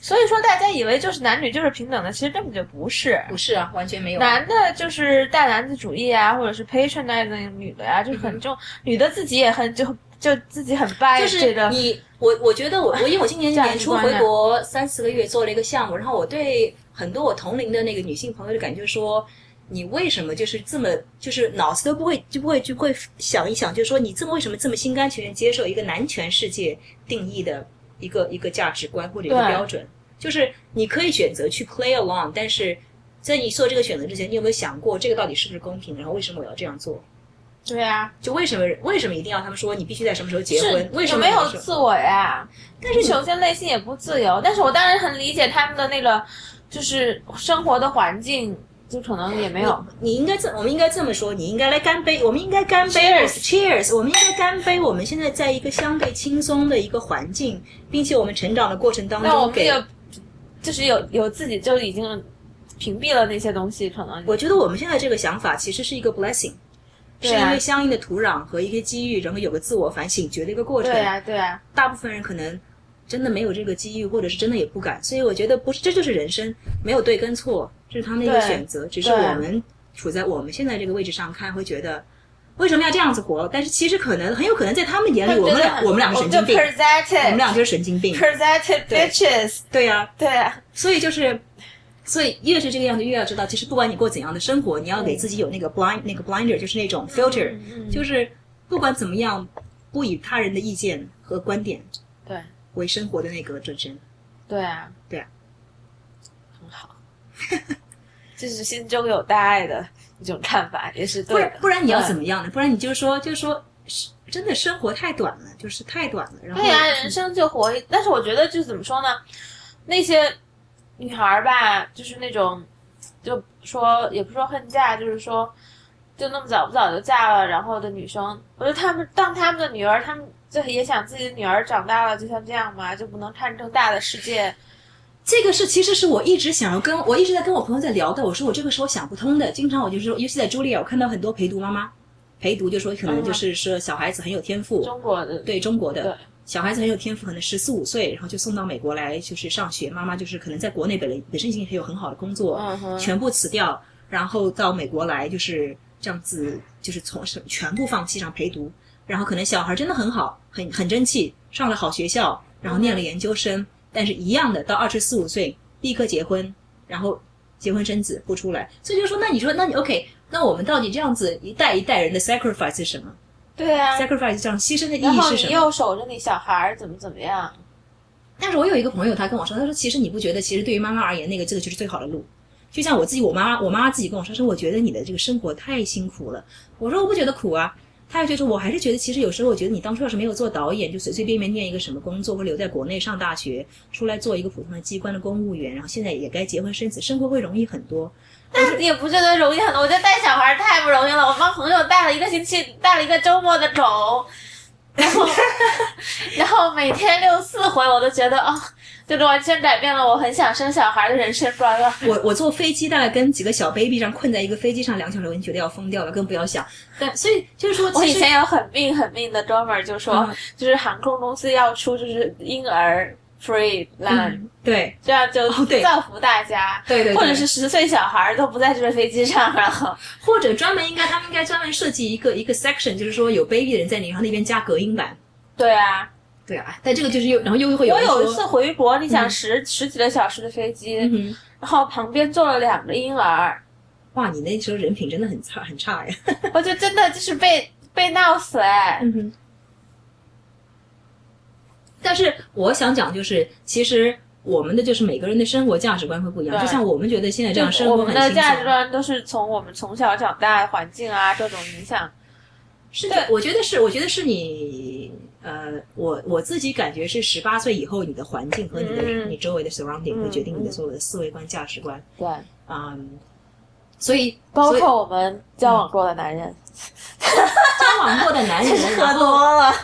A: 所以说大家以为就是男女就是平等的，其实根本就不是。
B: 不是啊，完全没有啊。
A: 男的就是大男子主义啊，或者是 patronizing 女的
B: 嗯
A: 呀、就是很重，女的自己也很就就自己很掰
B: 就
A: 这
B: 是
A: 个，
B: 你，我我觉得我我因为我今年
A: 价值
B: 年初
A: 观
B: 回
A: 啊
B: 国三四个月做了一个项目，然后我对很多我同龄的那个女性朋友的感觉说，你为什么就是这么就是脑子都不会就不会就会想一想，就是说你这么为什么这么心甘情愿接受一个男权世界定义的一个一个价值观或者一个
A: 对
B: 标准？就是你可以选择去 play along，但是在你做这个选择之前，你有没有想过这个到底是不是公平？然后为什么我要这样做？
A: 对啊，
B: 就为什么为什么一定要他们说你必须在什么时候结
A: 是
B: 婚？为什
A: 有
B: 么嗯
A: 没有
B: 你是
A: 自我呀？但是首先内心也不自由，但是我当然很理解他们的那个就是生活的环境，就可能也没有。
B: 你应该这，我们应该这么说，你应该来干杯，我们应该干杯 Cheers，Cheers，我们应该干杯。我们现在在一个相对轻松的一个环境，并且我们成长的过程当
A: 那我
B: 中
A: 们
B: 给，
A: 也就是有有自己就已经屏蔽了那些东西，可能
B: 我觉得我们现在这个想法其实是一个 blessing，、
A: 对
B: 是因
A: 啊
B: 为相应的土壤和一些机遇，然后有个自我反省觉的一个过程。
A: 对呀、啊、对呀、
B: 大部分人可能真的没有这个机遇，或者是真的也不敢。所以我觉得不是，这就是人生，没有对跟错，这是他们的一个
A: 对
B: 选择。只是
A: 对
B: 我们处在我们现在这个位置上看，会觉得为什么要这样子活？但是其实可能很有可能在他们眼
A: 啊，
B: 里，我们俩我们俩是神经病，
A: p r e
B: 我
A: s e n t e
B: 们俩就是神经病
A: p。r e s e n t e
B: 对
A: bitches，
B: 对呀、
A: 对啊，
B: 所以就是。所以越是这个样子，越要知道，其实不管你过怎样的生活，你要给自己有那个 blind 那个 blinder，就是那种 filter，、
A: 嗯
B: 就是不管怎么样，不以他人的意见和观点
A: 对
B: 为生活的那个准绳。
A: 对啊，
B: 对啊，
A: 很好， (laughs) 这是心中有大爱的一种看法，也是
B: 不
A: 对
B: 然
A: 的。
B: 不然你要
A: 对
B: 怎么样呢？不然你就是说，就是说，是真的生活太短了，就是太短了。然后
A: 对啊呀、人生就活一，但是我觉得就怎么说呢，那些女孩儿吧，就是那种，就说也不说恨嫁，就是说，就那么早不早就嫁了，然后的女生，我觉得她们当她们的女儿，她们就也想自己的女儿长大了就像这样嘛，就不能看更大的世界。
B: 这个是其实是我一直想要跟我一直在跟我朋友在聊的。我说我这个是我想不通的。经常我就是说，尤其在茱莉亚，我看到很多陪读妈妈，陪读就说可能就是说小孩子很有天赋，
A: 嗯中国的
B: 对中国
A: 对
B: 的小孩子很有天赋，可能十四五岁，然后就送到美国来就是上学。妈妈就是可能在国内本来本身已经有很好的工作，
A: 嗯哼
B: 全部辞掉，然后到美国来就是这样子，就是从是全部放弃上陪读，然后可能小孩真的很好，很很争气，上了好学校，然后念了研究生，但是一样的到二十四五岁立刻结婚，然后结婚生子不出来，所以就说那你说那你 OK，那我们到底这样子一代一代人的 sacrifice 是什么
A: 对啊，
B: ？sacrifice 这样牺牲的意
A: 然
B: 义
A: 后
B: 是
A: 你
B: 什么？
A: 又守着你小孩儿怎么怎么样？
B: 但是我有一个朋友，他跟我说，他说其实你不觉得，其实对于妈妈而言，那个这个就是最好的路。就像我自己，我妈我妈妈自己跟我说，她说我觉得你的这个生活太辛苦了。我说我不觉得苦啊。她就觉得我还是觉得，其实有时候我觉得你当初要是没有做导演，就随随便便念一个什么工作，或留在国内上大学，出来做一个普通的机关的公务员，然后现在也该结婚生子，生活会容易很多。
A: 但也不觉得容易很多，我觉得带小孩太不容易了。我帮朋友带了一个星期，带了一个周末的狗，然
B: (laughs)
A: 后然后每天六四回，我都觉得哦，就是完全改变了我很想生小孩的人生观了。
B: 我我坐飞机大概跟几个小 baby 上困在一个飞机上两小时，我已经觉得要疯掉了，更不要想。但所以就是说，
A: 我
B: 其
A: 以
B: 实
A: 前有很病很病的哥们儿就说，
B: 嗯
A: 就是航空公司要出就是婴儿 free line，、
B: 嗯对
A: 这样就
B: 哦对
A: 造福大家。
B: 对对对
A: 或者是十岁小孩儿都不在这个飞机上，然后
B: 或者专门应该，他们应该专门设计一个一个 section，就是说有 baby 的人在里面，然后那边加隔音板。
A: 对啊，
B: 对啊，但这个就是又然后又会有
A: 我
B: 人
A: 有一
B: 说
A: 次回国，你想十、十几个小时的飞机，
B: 嗯哼，
A: 然后旁边坐了两个婴儿，
B: 哇，你那时候人品真的很差很差呀。
A: 我就真的就是被被闹死哎。
B: 嗯哼。但是我想讲就是，其实我们的就是每个人的生活价值观会不一样，
A: 对
B: 就像我们觉得现在这样生
A: 我
B: 活
A: 们
B: 很
A: 的
B: 轻
A: 价值
B: 松。
A: 观都是从我们从小长大的环境啊各种影响。
B: 是的，我觉得是，我觉得是你，呃，我我自己感觉是十八岁以后，你的环境和你的、
A: 嗯
B: 你周围的 surrounding 会决定你的
A: 嗯
B: 所有的思维观、价值观。
A: 对，
B: 嗯，所以
A: 包
B: 所以嗯
A: 括我们交往过的男人，
B: 交往过的男
A: (laughs)
B: 人，然后
A: 多了，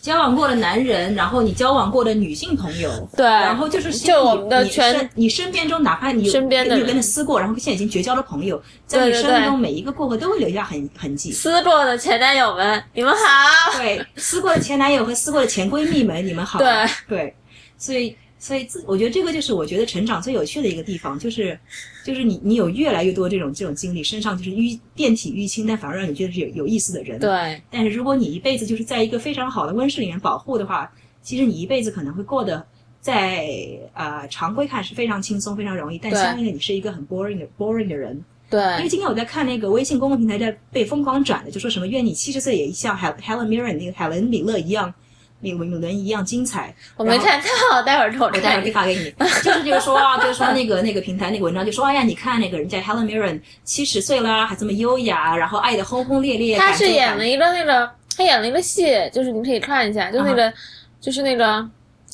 B: 交往过的男人，然后你交往过的女性朋友，
A: 对
B: 然后就是
A: 就我们的
B: 你
A: 圈
B: 你身你身边中，哪怕你有
A: 身边的人
B: 你有跟他撕过，然后现在已经绝交的朋友，在
A: 对
B: 你
A: 对
B: 生命中
A: 对
B: 每一个过客都会留下痕痕迹。
A: 撕过的前男友们，你们好。
B: 对，撕过的前男友和撕过的前闺蜜们，你们好。
A: 对
B: 对，所以所以自我觉得这个就是我觉得成长最有趣的一个地方，就是就是你你有越来越多这种这种经历，身上就是淤遍体淤青，但反而让你觉得是有有意思的人。
A: 对，
B: 但是如果你一辈子就是在一个非常好的温室里面保护的话，其实你一辈子可能会过得在呃常规看是非常轻松、非常容易，但
A: 对
B: 相应的你是一个很 boring 的 boring 的人。因为
A: 对，
B: 今天我在看那个微信公众平台在被疯狂转的，就说什么愿你七十岁也像 Hel- Helen Mirren 那个海伦米勒一样，你们伦一样精彩。
A: 我没
B: 然后
A: 看到，待会儿我
B: 我待会
A: 看
B: 儿立。发
A: (laughs)
B: 给你，就是就是说啊，就是说那个那个平台那个文章就说，哎呀，你看那个人家 Helen Mirren 七十岁啦，还这么优雅，然后爱的轰轰烈烈。
A: 他
B: 感
A: 是
B: 受
A: 演
B: 感
A: 了一个那个，他演了一个戏，就是你可以看一下，就
B: 啊
A: 那个，就是那个。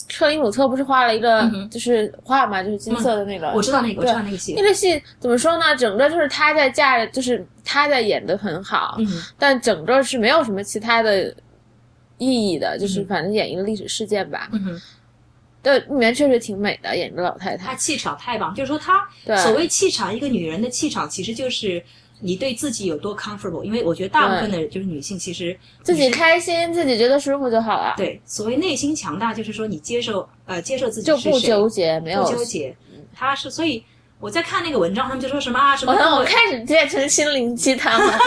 A: 车厘姆特不是画了一个，就是画嘛，就是金色的那个。
B: 嗯我知道那个，我知道那个戏
A: 那。个戏怎么说呢？整个就是他在架，就是他在演的很好，
B: 嗯，
A: 但整个是没有什么其他的意义的，就是
B: 嗯
A: 反正演一个历史事件吧。
B: 嗯哼，
A: 对，里面确实挺美的，演一个老太
B: 她
A: 太。
B: 气场太棒，就是说她
A: 对，
B: 所谓气场，一个女人的气场其实就是你对自己有多 comfortable，因为我觉得大部分的就是女性其实
A: 自己
B: 你是
A: 开心，自己觉得舒服就好了，
B: 对所谓内心强大，就是说你接受呃接受自己
A: 就是不
B: 谁，
A: 纠结，没有。
B: 不纠结。她是所以我在看那个文章，他们就说什么
A: (laughs)
B: 啊什么
A: 我
B: 让
A: 哦我开始变成心灵鸡汤
B: (laughs)
A: 了，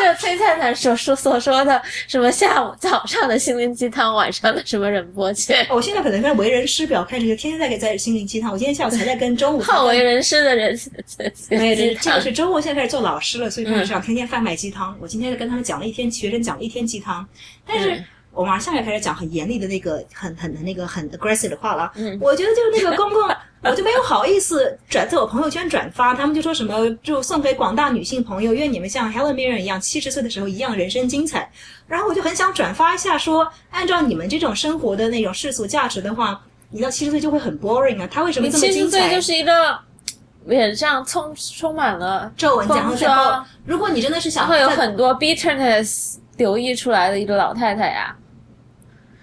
A: 就是崔灿灿所说所说的什么下午早上的心灵鸡汤，晚上的什么仁波切，
B: 哦我现在可能在为人师表，开始就天天在给在心灵鸡汤。我今天下午才在跟中
A: (laughs)
B: 午
A: 好为人师的人心
B: 对，
A: 灵
B: 这
A: 鸡
B: 这个
A: 汤。
B: 是周末现在开始做老师了，所以开
A: 嗯
B: 始想天天贩卖鸡汤。我今天跟他们讲了一天，学生讲了一天鸡汤，但是
A: 嗯
B: 我马上要开始讲很严厉的那个、很很很那个很 aggressive 的话了。啊
A: 嗯
B: 我觉得就是那个公 (laughs) 公，我就没有好意思转在我朋友圈转发，他们就说什么就送给广大女性朋友，愿你们像 Helen Mirren 一样，七十岁的时候一样人生精彩。然后我就很想转发一下说，按照你们这种生活的那种世俗价值的话。你到七十岁就会很 boring 啊，他为什么这么
A: 七十
B: 精彩？
A: 岁就是一个脸上充充满了
B: 皱纹加上
A: 风
B: 再后
A: 霜，
B: 如果你真的是想
A: 然后有
B: 在
A: 很多 bitterness 流溢出来的一个老太太呀、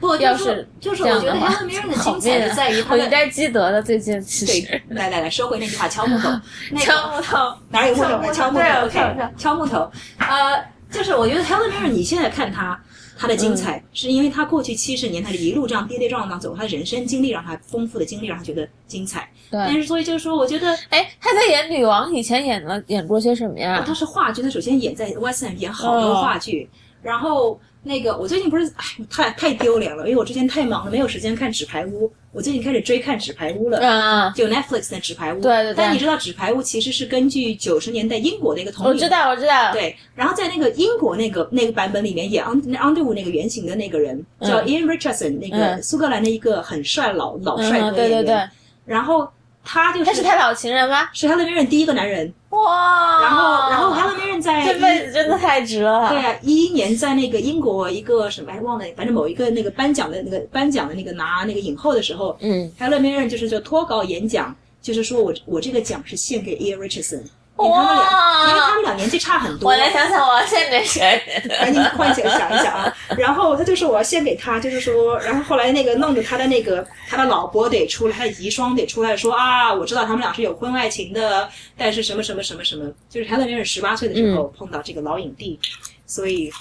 B: 不，就
A: 要
B: 是
A: 是
B: 就是，
A: 这样
B: 我觉得
A: 的话
B: Helen Mirren 的
A: 好
B: 精彩
A: 面
B: 就在于
A: 我
B: 她
A: 应
B: 的。
A: 该积德的最近其实
B: 对，来来来，收回那句话，
A: (laughs)
B: 敲木头，那个
A: 敲木头，
B: 哪有木头？
A: 敲木
B: 敲木
A: 头
B: 头
A: 对我看
B: ，OK，敲木头。呃，就是我觉得 Helen Mirren，你现在看她，她的精
A: 嗯
B: 彩，是因为她过去七十年，她一路这样跌跌撞撞走，她的人生经历让她丰富的经历让她觉得精彩。
A: 对
B: 但是所以就是说，我觉得
A: 哎，她在演女王以前演了演过些什么呀？
B: 啊她是话剧，她首先演在 West End 演好多
A: 哦
B: 话剧，然后那个我最近不是哎太太丢脸了，因为我之前太忙了，没有时间看《纸牌屋》，我最近开始追看《纸牌屋》了。
A: 啊，
B: 就 Netflix 的《纸牌屋》，
A: 对对对
B: 但你知道，《纸牌屋》其实是根据九十年代英国的一个同
A: 我
B: 名
A: 知道，我知道，
B: 对，然后在那个英国那个那个版本里面演 Und- Underwood 那个原型的那个人叫 Ian Richardson，、那个
A: 嗯
B: 苏格兰的一个很帅老老帅哥
A: 嗯，
B: 的
A: 对
B: 演员。
A: 对对，
B: 然后他就是
A: 他是他老情人吗？
B: 是 Helen Mirren 第一个男人，
A: 哇！
B: 然后然后 Helen Mirren 在
A: 哦这辈子真的太值了。
B: 对啊，一一年在那个英国一个什么哎忘了，反正某一个那个颁奖的那个颁奖的那个拿那个影后的时候，
A: 嗯，
B: Helen Mirren 就是就脱稿演讲，就是说我我这个奖是献给 Ian Richardson。因为他们俩，
A: 哇
B: 因为他们俩年纪差很多，
A: 我来想想我要献给谁。
B: 赶紧换想想一想啊。然后他就说我要献给他，就是说，然后后来那个弄得他的那个他的老婆得出来，他的遗孀得出来说啊，我知道他们俩是有婚外情的，但是什么什么什么什么，就是 Helen Mirren 十八岁的时
A: 嗯
B: 候碰到这个老影帝，所以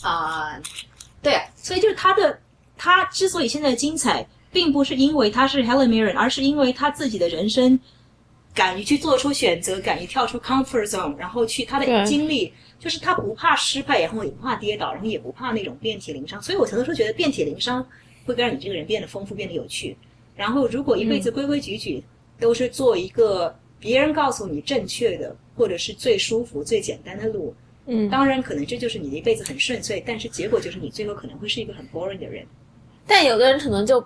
B: 啊、对啊，所以就是他的他之所以现在精彩，并不是因为他是 Helen Mirren，而是因为他自己的人生。敢于去做出选择，敢于跳出 comfort zone，然后去他的
A: 对
B: 经历，就是他不怕失败，然后也不怕跌倒，然后也不怕那种遍体鳞伤。所以我才能说，觉得遍体鳞伤会让你这个人变得丰富，变得有趣。然后，如果一辈子规规矩矩，都是做一个别人告诉你正确的，或者是最舒服、最简单的路，
A: 嗯，
B: 当然可能这就是你的一辈子很顺遂，但是结果就是你最后可能会是一个很 boring 的人。
A: 但有的人可能就，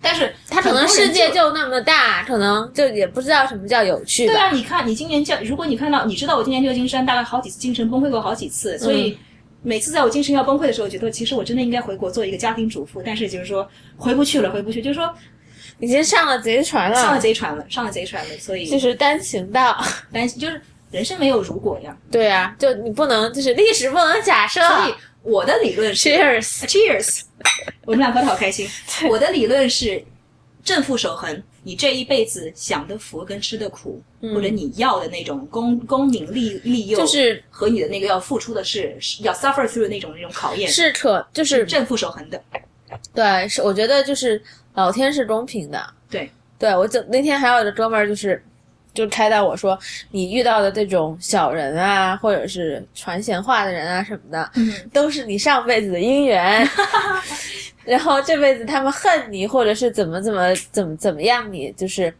B: 但是
A: 他可能
B: 很多人
A: 世界
B: 就
A: 就那么大，可能就也不知道什么叫有趣
B: 对
A: 吧。
B: 啊，你看，你今年教，如果你看到，你知道我今年旧金山大概好几次精神崩溃过好几
A: 嗯
B: 次，所以每次在我精神要崩溃的时候，我觉得其实我真的应该回国做一个家庭主妇，但是就是说回不去了，回不去，就是说
A: 已经上了贼船
B: 上了
A: 了，
B: 贼船了，上了贼船了，所
A: 就
B: 以
A: 是单行道。 (laughs)
B: 担心就是人生没有如果呀。
A: 对啊，就你不能，就是历史不能假设。
B: 所以我的理论是
A: Cheers， (laughs)
B: Cheers，我们俩喝的好开心。我的理论是正负守恒，你这一辈子享的福跟吃的苦，或者你要的那种功功名利利诱，
A: 嗯就是
B: 和你的那个要付出的是是要 suffer through 的那种那种考验，
A: 是可，就是
B: 正负守恒的。
A: 对，是我觉得就是老天是公平的。
B: 对，
A: 对我就那天还有一个哥们儿就是。就开导我说，你遇到的这种小人啊，或者是传闲话的人啊什么的，
B: 嗯
A: 都是你上辈子的姻
B: (laughs)
A: 缘，然后这辈子他们恨你，或者是怎么怎么怎么怎么样你，
B: 嗯
A: 就是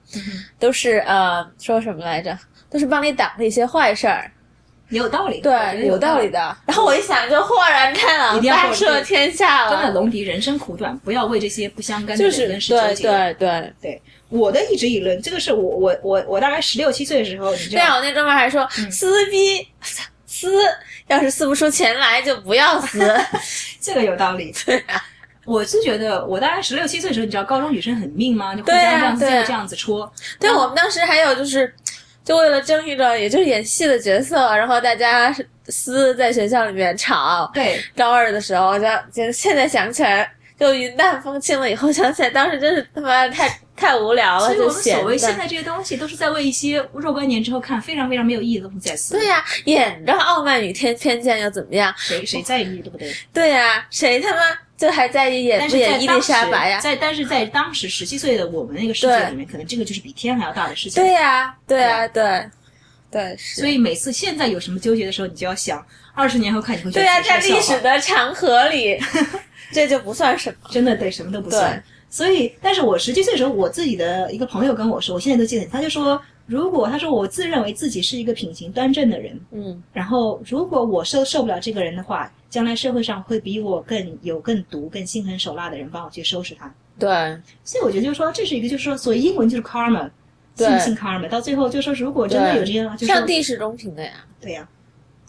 A: 都是呃说什么来着，都是帮你挡了一些坏事儿。
B: 也有道理，我觉得
C: 对，有道理
B: 的。
C: 的。
A: 然后我一想就豁然开
B: 一
A: 朗，
B: 定要豁
A: 大
B: 然
A: 赦天下
B: 真的，
A: 了。
B: 龙迪人生苦短，不要为这些不相干的
A: 就是
B: 人跟事纠
A: 对
B: 结。
A: 对对，
B: 我的一直以论，这个是我我我我大概十六七岁的时候，你知
A: 对啊，
B: 道，
A: 我那哥们儿还说
B: 嗯
A: 撕逼撕，要是撕不出钱来就不要
B: (laughs)
A: 撕。 (laughs)
B: 这个有道理。
A: 对啊，
B: 我是觉得，我大概十六七岁的时候，你知道高中女生很命吗？就互
A: 对啊
B: 相这样子
A: 对啊
B: 这样子戳，
A: 对，我们当时还有就是，就为了争一个也就是演戏的角色，然后大家撕在学校里面吵。
B: 对，
A: 高二的时候，就就现在想起来，就云淡风轻了。以后想起来，当时真是他妈太太无聊了，
B: 所以我
A: 就
B: 们
A: 闲
B: 所谓现
A: 的。
B: 在这些东西，都是在为一些若干年之后看非常非常没有意义的东西在撕。
A: 对啊呀、演个《傲慢与天偏见》又怎么样？
B: 谁谁在意，对不对？
A: 对呀、谁他妈就还在意演
B: 但
A: 不
B: 是在
A: 演伊丽
B: 当时
A: 莎白啊呀，？
B: 在但是在当时十七岁的我们那个世界里面，可能这个就是比天还要大的事情。
A: 对呀、对呀、对，对是。
B: 所以每次现在有什么纠结的时候，你就要想，二十年后看你会觉
A: 对
B: 得
A: 呀、
B: 自己
A: 在
B: 是个
A: 历
B: 笑话
A: 史的长河
B: (laughs)
A: 里，这就不算什么。
B: 真的对什么都不算
A: 对。
B: 所以，但是我十七岁的时候，我自己的一个朋友跟我说，我现在都记得，他就说，如果他说我自认为自己是一个品行端正的人，
A: 嗯，
B: 然后如果我受受不了这个人的话，将来社会上会比我更有更毒、更心狠手辣的人帮我去收拾他。
A: 对，
B: 所以我觉得就是说，这是一个就是说，所以英文就是 karma，
A: 对
B: 信不信 karma？到最后就是说，如果真的有这样，就是
A: 上
B: 说
A: 帝是公平的呀。
B: 对呀、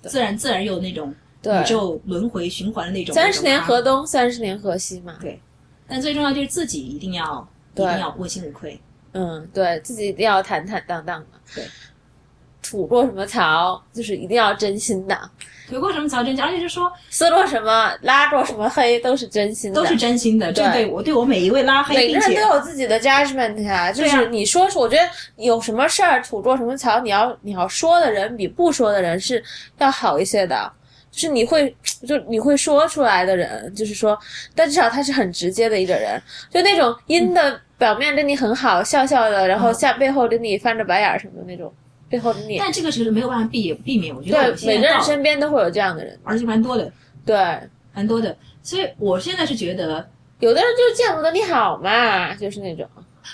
B: 自然自然有那种
A: 对
B: 宇宙轮回循环的那种
A: 三十年河
B: 的。
A: 东，三十年河西嘛。
B: 但最重要就是自己一定要一
A: 对
B: 定要问心无愧。
A: 嗯，对自己一定要坦坦荡荡的。
B: 对，
A: 吐过什么槽，就是一定要真心的；
B: 有过什么槽真讲，而且就说
A: 撕过什么，拉过什么黑，都是真心的。
B: 都是真心的，这
A: 对
B: 对我对我每一位拉黑，
A: 每
B: 并
A: 个人
B: 且
A: 都有自己的 judgment 啊，就
B: 对啊
A: 是你说出，我觉得有什么事儿吐过什么槽，你要你要说的人比不说的人是要好一些的，就是你会就你会说出来的人，就是说，但至少他是很直接的一个人，就那种阴的表面跟你很好，笑笑的，
B: 嗯
A: 然后下背后跟你翻着白眼儿什么的那种，背后跟你
B: 但这个是没有办法避避免。我觉得我
A: 对
B: 现
A: 每个
B: 在
A: 人
B: 到，
A: 身边都会有这样的人，
B: 而且蛮多的，
A: 对。
B: 蛮多的。所以我现在是觉得，
A: 有的人就是见不得你好嘛，就是那种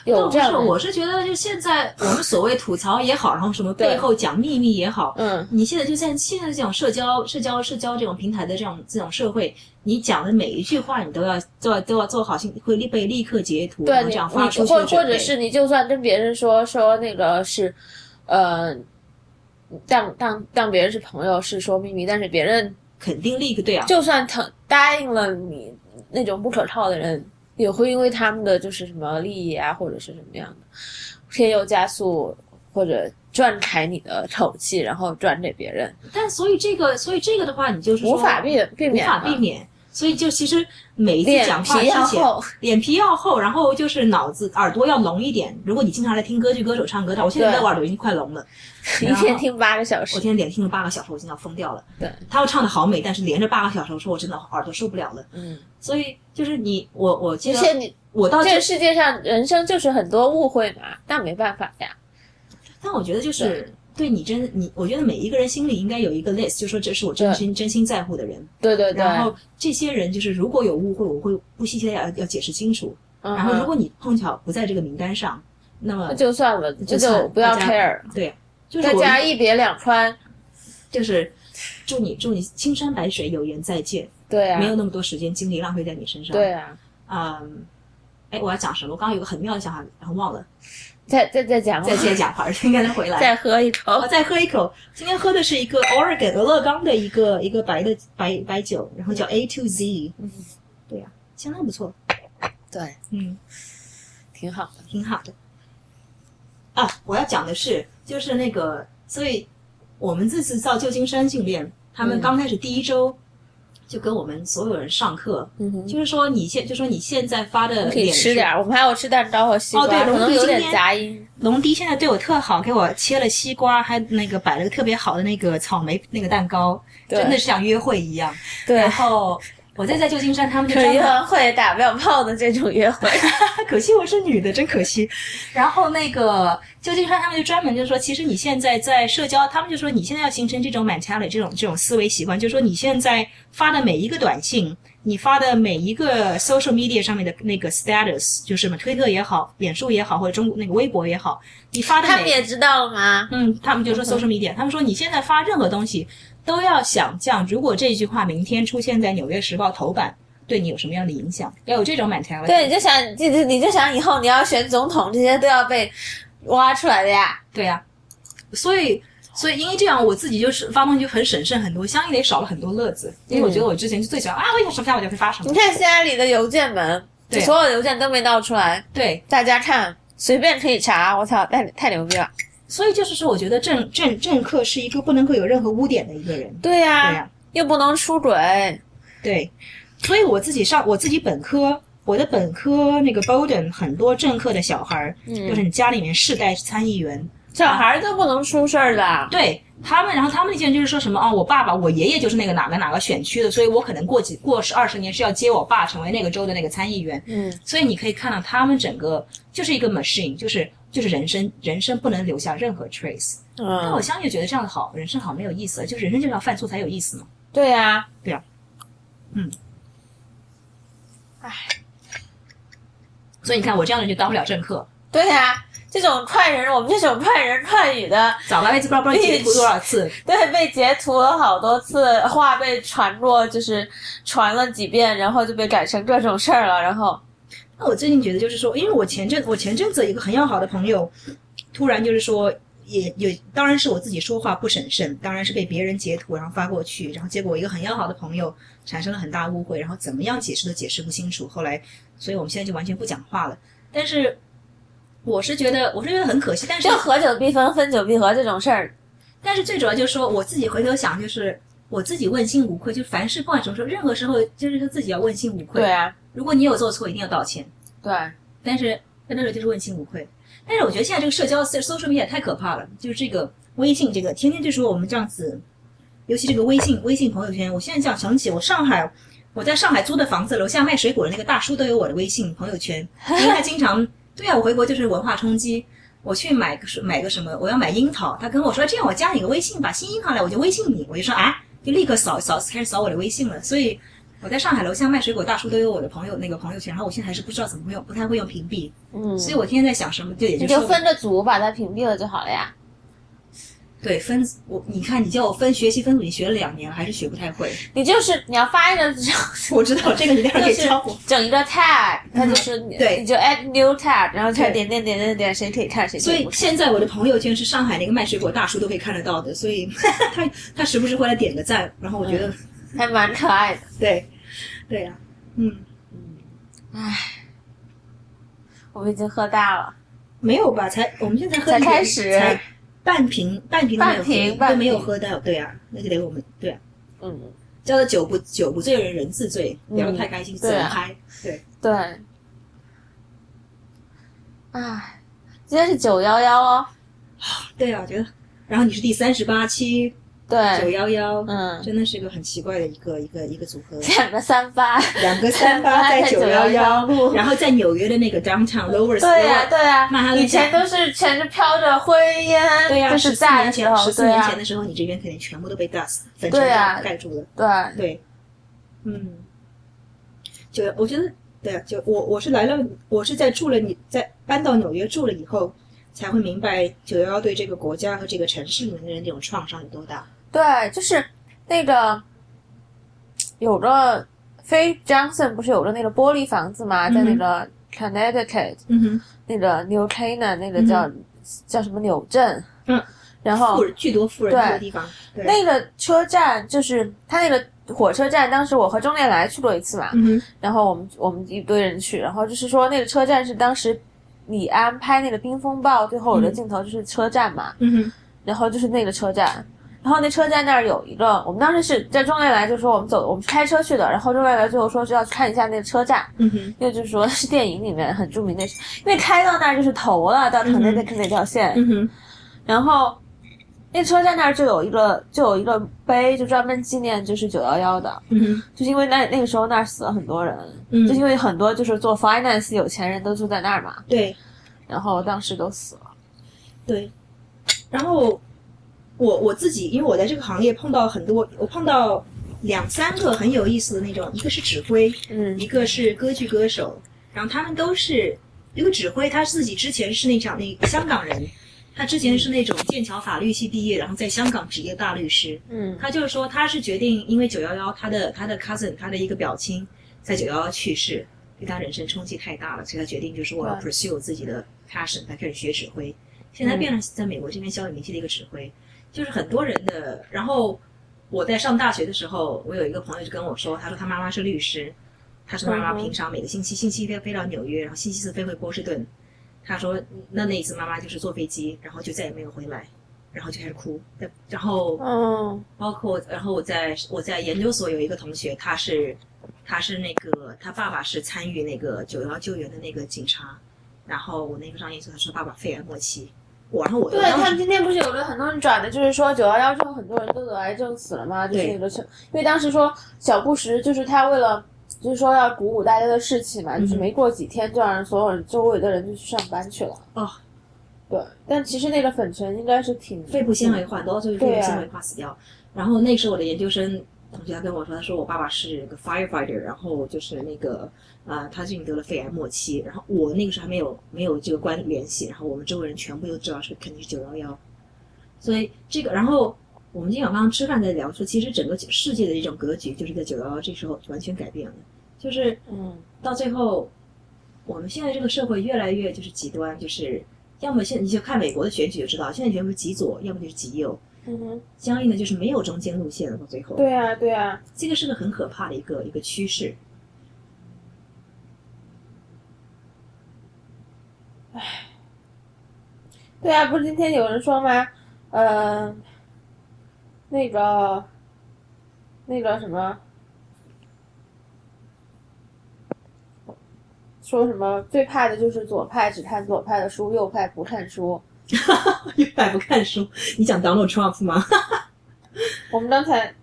A: 有
B: 不
A: 这
B: 是
A: 样的人，
B: 我是觉得，就现在我们所谓吐槽也好，然后什么背后讲秘密也好，
A: 嗯，
B: 你现在就像现在这种社交、社交、社交这种平台的这种这种社会，你讲的每一句话，你都要做都要做好心，会立被立刻截图，然
A: 对
B: 后
A: 你，
B: 这样
A: 你
B: 发出去
A: 或
B: 的准
A: 或者
B: 备
A: 是你就算跟别人说说那个是，呃，当当当别人是朋友是说秘密，但是别人
B: 肯定立刻对啊，
A: 就算他答应了你那种不可靠的人，也会因为他们的就是什么利益啊，或者是什么样的添油加醋，或者转开你的口气，然后转给别人，
B: 但所以这个，所以这个的话，你就是说
A: 无法避避
B: 无
A: 免
B: 法
A: 嘛，
B: 避免。所以就其实每一次
A: 脸
B: 讲话
A: 皮
B: 之
A: 要
B: 前，
A: 厚， (laughs)
B: 脸皮要厚，然后就是脑子耳朵要聋一点。如果你经常来听歌剧歌手唱歌，但我现在
A: 对
B: 我耳朵已经快聋了，
A: 一
B: 然后
A: 天听八个小
B: 我
A: 时，
B: 天天连听了八个小时，我已经要疯掉了。
A: 对，
B: 他要唱的好美，但是连着八个小时，我说我真的耳朵受不了了。
A: 嗯，
B: 所以就是你，我我记
A: 而
B: 得
A: 且你
B: 我到
A: 哦这
B: 这
A: 个，世界上人生就是很多误会嘛，但没办法呀。
B: 但我觉得就是对你真你，我觉得每一个人心里应该有一个 list，就说这是我真
A: 对
B: 心真心在乎的人。
A: 对对对，
B: 然后这些人就是如果有误会，我会不惜代价要要解释清楚。
A: 嗯
B: 然后如果你碰巧不在这个名单上，那么
A: 那就算了，
B: 就
A: 这
B: 算
A: 就不要
B: 大家
A: care，
B: 对，就是
A: 大
B: 我
A: 家一别两宽。
B: 就是祝你祝你青山白水有缘再见，
A: 对啊
B: 没，有那么多时间精力浪费在你身上。
A: 对，啊，
B: 嗯，哎，我要讲什么？我刚刚有个很妙的想法，然后忘了，
A: 再再再讲吧，
B: 再接讲话，应该能回来。
A: 再喝一口
B: 我。再喝一口，今天喝的是一个 Oregon 俄勒冈的一个一个白的白白酒，然后叫 A to Z。嗯，对呀、相当不错，
A: 对，
B: 嗯，
A: 挺好的。
B: 挺好的。啊，我要讲的是，就是那个，所以我们这次到旧金山训练，他们
A: 嗯
B: 刚开始第一周就跟我们所有人上课，
A: 嗯哼，
B: 就是说你现，就说你现在发的
A: 可以
B: 脸
A: 吃
B: 书
A: 点，儿，我们还有吃蛋糕和西瓜，
B: 哦对
A: 可
B: 龙
A: 能
B: 弟
A: 有
B: 今
A: 点
B: 天
A: 杂音。
B: 龙迪现在对我特好，给我切了西瓜，还那个摆了个特别好的那个草莓那个蛋糕，
A: 对
B: 真的是像约会一样。
A: 对 (laughs)
B: 然，后我再在旧金山，他们就
A: 可啊
B: 专
A: 约
B: 门，
A: 完会打不了炮的这种约会，
B: 可惜我是女的，真可惜。然后那个旧金山，他们就专门就说，其实你现在在社交，他们就说你现在要形成这种 mentality，这种这种思维习惯，就说你现在发的每一个短信，你发的每一个 social media 上面的那个 status，就是什么推特也好、脸书也好，或者中那个微博也好，你发的
A: 他们
B: 每
A: 也知道了吗？
B: 嗯，他们就说 social media，、他们说你现在发任何东西都要想象，如果这句话明天出现在《纽约时报》头版，对你有什么样的影响？要有这种 mentality。
A: 对，你就想，你就你就想以后你要选总统，这些都要被挖出来的呀。
B: 对呀、所以所以因为这样，我自己就是发东西就很审慎很多，相应的也少了很多乐子，因为我觉得我之前就最喜欢、啊，我想什么想我就会发什
A: 嗯
B: 么
A: 你。看希拉里的邮件门，就所有的邮件都没闹出来，
B: 对，
A: 大家看随便可以查。我操，太太牛逼了！
B: 所以就是说，我觉得政政政客是一个不能够有任何污点的一个人。
A: 对呀、
B: 对呀
A: 又不能出轨，
B: 对，所以我自己上我自己本科，我的本科那个 Bowden 很多政客的小孩儿，
A: 嗯
B: 就是你家里面世代参议员，
A: 小孩儿都不能出事儿的。
B: 对他们，然后他们那些人就是说什么啊、我爸爸、我爷爷就是那个哪个哪个选区的，所以我可能过几过十二十年是要接我爸成为那个州的那个参议员。
A: 嗯，
B: 所以你可以看到他们整个就是一个 machine，就是就是人生人生不能留下任何 trace。那我
A: 嗯，
B: 相信觉得这样的好，人生好没有意思，就是人生就是要犯错才有意思嘛。
A: 对呀、
B: 对呀嗯，
A: 唉，
B: 所以你看我这样的人就当不了政客，
A: 对呀、这种快人，我们这种快人快语的， (laughs)
B: 早白被不知道不知道截图多少次，
A: 对，被截图了好多次，话被传过，就是传了几遍，然后就被改成这种事儿了。然后，
B: 那我最近觉得就是说，因为我前阵我前阵子有一个很要好的朋友，突然就是说，也也当然是我自己说话不审慎，当然是被别人截图然后发过去，然后结果我一个很要好的朋友产生了很大误会，然后怎么样解释都解释不清楚，后来，所以我们现在就完全不讲话了。但是我是觉得我是觉得很可惜，但是
A: 就合久必分，分久必合这种事儿，
B: 但是最主要就是说，我自己回头想，就是我自己问心无愧，就凡事不管什么时候，任何时候就是说自己要问心无愧。
A: 对，啊，
B: 如果你有做错，一定要道歉。
A: 对，
B: 但是但那时候就是问心无愧。但是我觉得现在这个社交 social media 太可怕了，就是这个微信这个，天天就说我们这样子，尤其这个微信微信朋友圈，我现在这样想起我上海。我在上海租的房子，楼下卖水果的那个大叔都有我的微信朋友圈，因为他经常对啊，我回国就是文化冲击，我去买个买个什么，我要买樱桃，他跟我说这样，我加你个微信吧，新樱桃来我就微信你，我就说啊，就立刻扫扫开始扫我的微信了，所以我在上海楼下卖水果大叔都有我的朋友那个朋友圈，然后我现在还是不知道怎么用，不太会用屏蔽，
A: 嗯，
B: 所以我天天在想什么，就也
A: 你
B: 就是
A: 就
B: 说
A: 分着组把它屏蔽了就好了呀。
B: 对分我，你看你叫我分学习分组，你学了两年了还是学不太
A: (laughs)
B: 会，
A: 你就是你要发一个这种
B: 我知道这个你待会儿可以
A: 就是
B: 教我。
A: (laughs) 整一个 tag，它就是你
B: 嗯对
A: 你就 add new tag，然后它
B: 对
A: 点点点点点，谁可以看谁可
B: 所
A: 以
B: 以
A: 不看。
B: 现在我的朋友圈是上海那个卖水果大叔都可以看得到的，所以 (laughs) 他他时不时会来点个赞，然后我觉得、
A: 嗯还蛮可爱的。
B: 对对呀、嗯，
A: 我们已经喝大了，
B: 没有吧？才我们现在喝
A: 才
B: 一点
A: 开始
B: 才半瓶半瓶都没有
A: 半瓶
B: 喝
A: 半
B: 都没有
A: 瓶
B: 喝到，对呀、那就得我们对啊，
A: 嗯，
B: 叫做酒不酒不醉人人自醉，聊得
A: 嗯
B: 太开心自
A: 对啊
B: 然嗨，对。
A: 对。唉，今天是九幺幺哦，
B: 对啊，我觉得。然后你是第三十八期九
A: 对，
B: 幺幺，
A: 哎嗯，
B: 真的是个很奇怪的一个一个一个组合
A: (laughs) 两个三八，
B: 两个三八在
A: (laughs)
B: 九幺幺
A: 911，
B: 然后在纽约的那个 downtown Lower
A: 啊对
B: (laughs)
A: 呀、
B: Slope，
A: 对啊呀、
B: 曼哈顿
A: 以前都是全是飘着灰烟，
B: 对呀，啊
A: 就
B: 十
A: 是
B: 四
A: 炸
B: 年
A: 的时
B: 前，
A: 候，
B: 十四
A: 对
B: 年
A: 呀、
B: 前的时候，你这边肯定全部都被 dust 粉尘
A: 对啊
B: 盖住了，
A: 对，
B: 对，嗯，就我觉得，对啊，就我我是来了，我是在住了你在搬到纽约住了以后，才会明白九幺幺对这个国家和这个城市里面的人这种创伤有多大。
A: 对，就是那个有个飞 Johnson 不是有个那个玻璃房子吗？在那个 Connecticut、
B: 嗯哼，
A: 那个 New Canaan 那个叫、叫什么纽镇，
B: 嗯，
A: 然后
B: 富人巨多富人多的
A: 对
B: 地方，对，
A: 那个车站就是它那个火车站，当时我和钟念来去过一次嘛，
B: 嗯哼，
A: 然后我们我们一堆人去，然后就是说那个车站是当时李安拍那个《冰风暴》最后有个镜头就是车站嘛，
B: 嗯哼，
A: 然后就是那个车站，然后那车站那儿有一个，我们当时是在钟念来就说我们走，我们是开车去的，然后钟念来最后说是要去看一下那个车站，
B: 嗯哼，
A: 因为就是说是电影里面很著名的，因为开到那儿就是头了，到 c o n n e c t i 那条线，
B: 嗯哼，
A: 然后那车站那儿就有一个就有一个碑，就专门纪念就是九幺幺的，
B: 嗯哼，
A: 就是因为那那个时候那儿死了很多人，
B: 嗯
A: 就是因为很多就是做 finance 有钱人都住在那儿嘛，
B: 对
A: 然后当时都死了。
B: 对。然后我我自己，因为我在这个行业碰到很多，我碰到两三个很有意思的那种，一个是指挥，
A: 嗯
B: 一个是歌剧歌手，然后他们都是一个指挥，他自己之前是那场那香港人，他之前是那种剑桥法律系毕业，然后在香港职业大律师，
A: 嗯
B: 他就是说他是决定，因为九幺幺他的他的 cousin 他的一个表亲在九幺幺去世，对他人生冲击太大了，所以他决定就是我要 pursue 自己的 passion，他开始学指挥，现在变成在美国这边小有名气的一个指挥，就是很多人的。然后我在上大学的时候，我有一个朋友就跟我说，他说他妈妈是律师，他说他妈妈
A: 嗯哼
B: 平常每个星期星期天飞到纽约，然后星期四飞回波士顿。他说那那一次妈妈就是坐飞机，然后就再也没有回来，然后就开始哭，然后
A: 嗯
B: 包括然后我在我在研究所有一个同学，他是他是那个他爸爸是参与那个九幺幺救援的那个警察，然后我那个上研究所他说爸爸肺癌末期，我然后我
A: 对
B: 我
A: 他
B: 当
A: 们
B: 时
A: 今天不是有个很多人转的，就是说九幺幺之后很多人都得癌症死了嘛，就是
B: 对
A: 有的是因为当时说小布什就是他为了就是说要鼓舞大家的士气嘛，就是
B: 嗯
A: 没过几天就让所有人周围的人就去上班去了。
B: 哦，
A: 对，但其实那个粉尘应该是挺
B: 肺部纤维化，很多就是肺
A: 对啊
B: 部纤维化死掉。然后那时候我的研究生同学他跟我说，他说我爸爸是个 firefighter，然后就是那个啊、呃他最近得了肺癌末期，然后我那个时候还没有没有这个关联系，然后我们周围人全部都知道是肯定是九幺幺，所以这个然后。我们今天晚上吃饭在聊说，其实整个世界的一种格局就是在九幺幺这时候完全改变了，就是
A: 嗯
B: 到最后，我们现在这个社会越来越就是极端，就是要么现你就看美国的选举就知道，现在全部极左，要么就是极右，
A: 嗯哼，
B: 相应的就是没有中间路线了。到最后，
A: 对啊对啊，
B: 这个是个很可怕的一个一个趋势。 (laughs)
A: 对啊，不是今天有人说吗？嗯、那个，那个什么，说什么最怕的就是左派只看左派的书，右派不看书。
B: 越来不看书，你讲 Donald Trump 吗？
A: 我们刚才，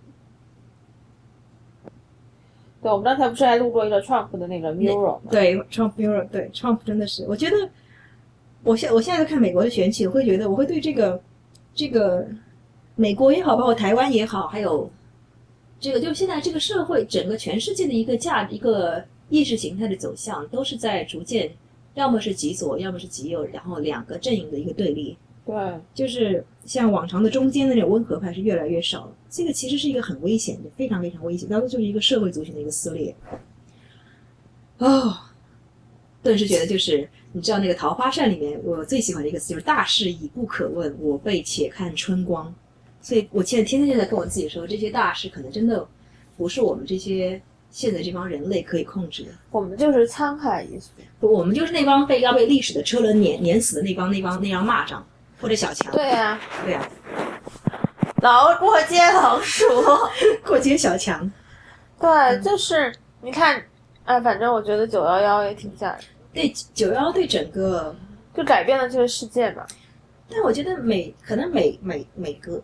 A: 对，我们刚才不是还录过一个 Trump 的那个 mural 吗？
B: 对，Trump Europe，对 Trump 真的是，我觉得我现我现在在看美国的选举，我会觉得我会对这个这个美国也好，包括台湾也好，还有这个就现在这个社会整个全世界的一个价一个意识形态的走向，都是在逐渐要么是极左，要么是极右，然后两个阵营的一个对立。
A: 对，
B: 就是像往常的中间的那种温和派是越来越少了。这个其实是一个很危险的，非常非常危险，然后就是一个社会族群的一个撕裂。哦，顿时觉得就是，你知道那个《桃花扇》里面我最喜欢的一个词就是“大事已不可问，我辈且看春光”。所以我现在天天就在跟我自己说，这些大事可能真的不是我们这些现在这帮人类可以控制的。
A: 我们就是沧海一粟。
B: 不，我们就是那帮被要被历史的车轮碾碾死的那帮那帮那帮蚂蚱或者小强。
A: 对啊，
B: 对啊，
A: 老过街老鼠。
B: 过街小强。
A: 对，就是你看，哎，反正我觉得九幺幺也挺吓人的。
B: 对九幺对整个，
A: 就改变了这个世界嘛。
B: 但我觉得每可能每每每个，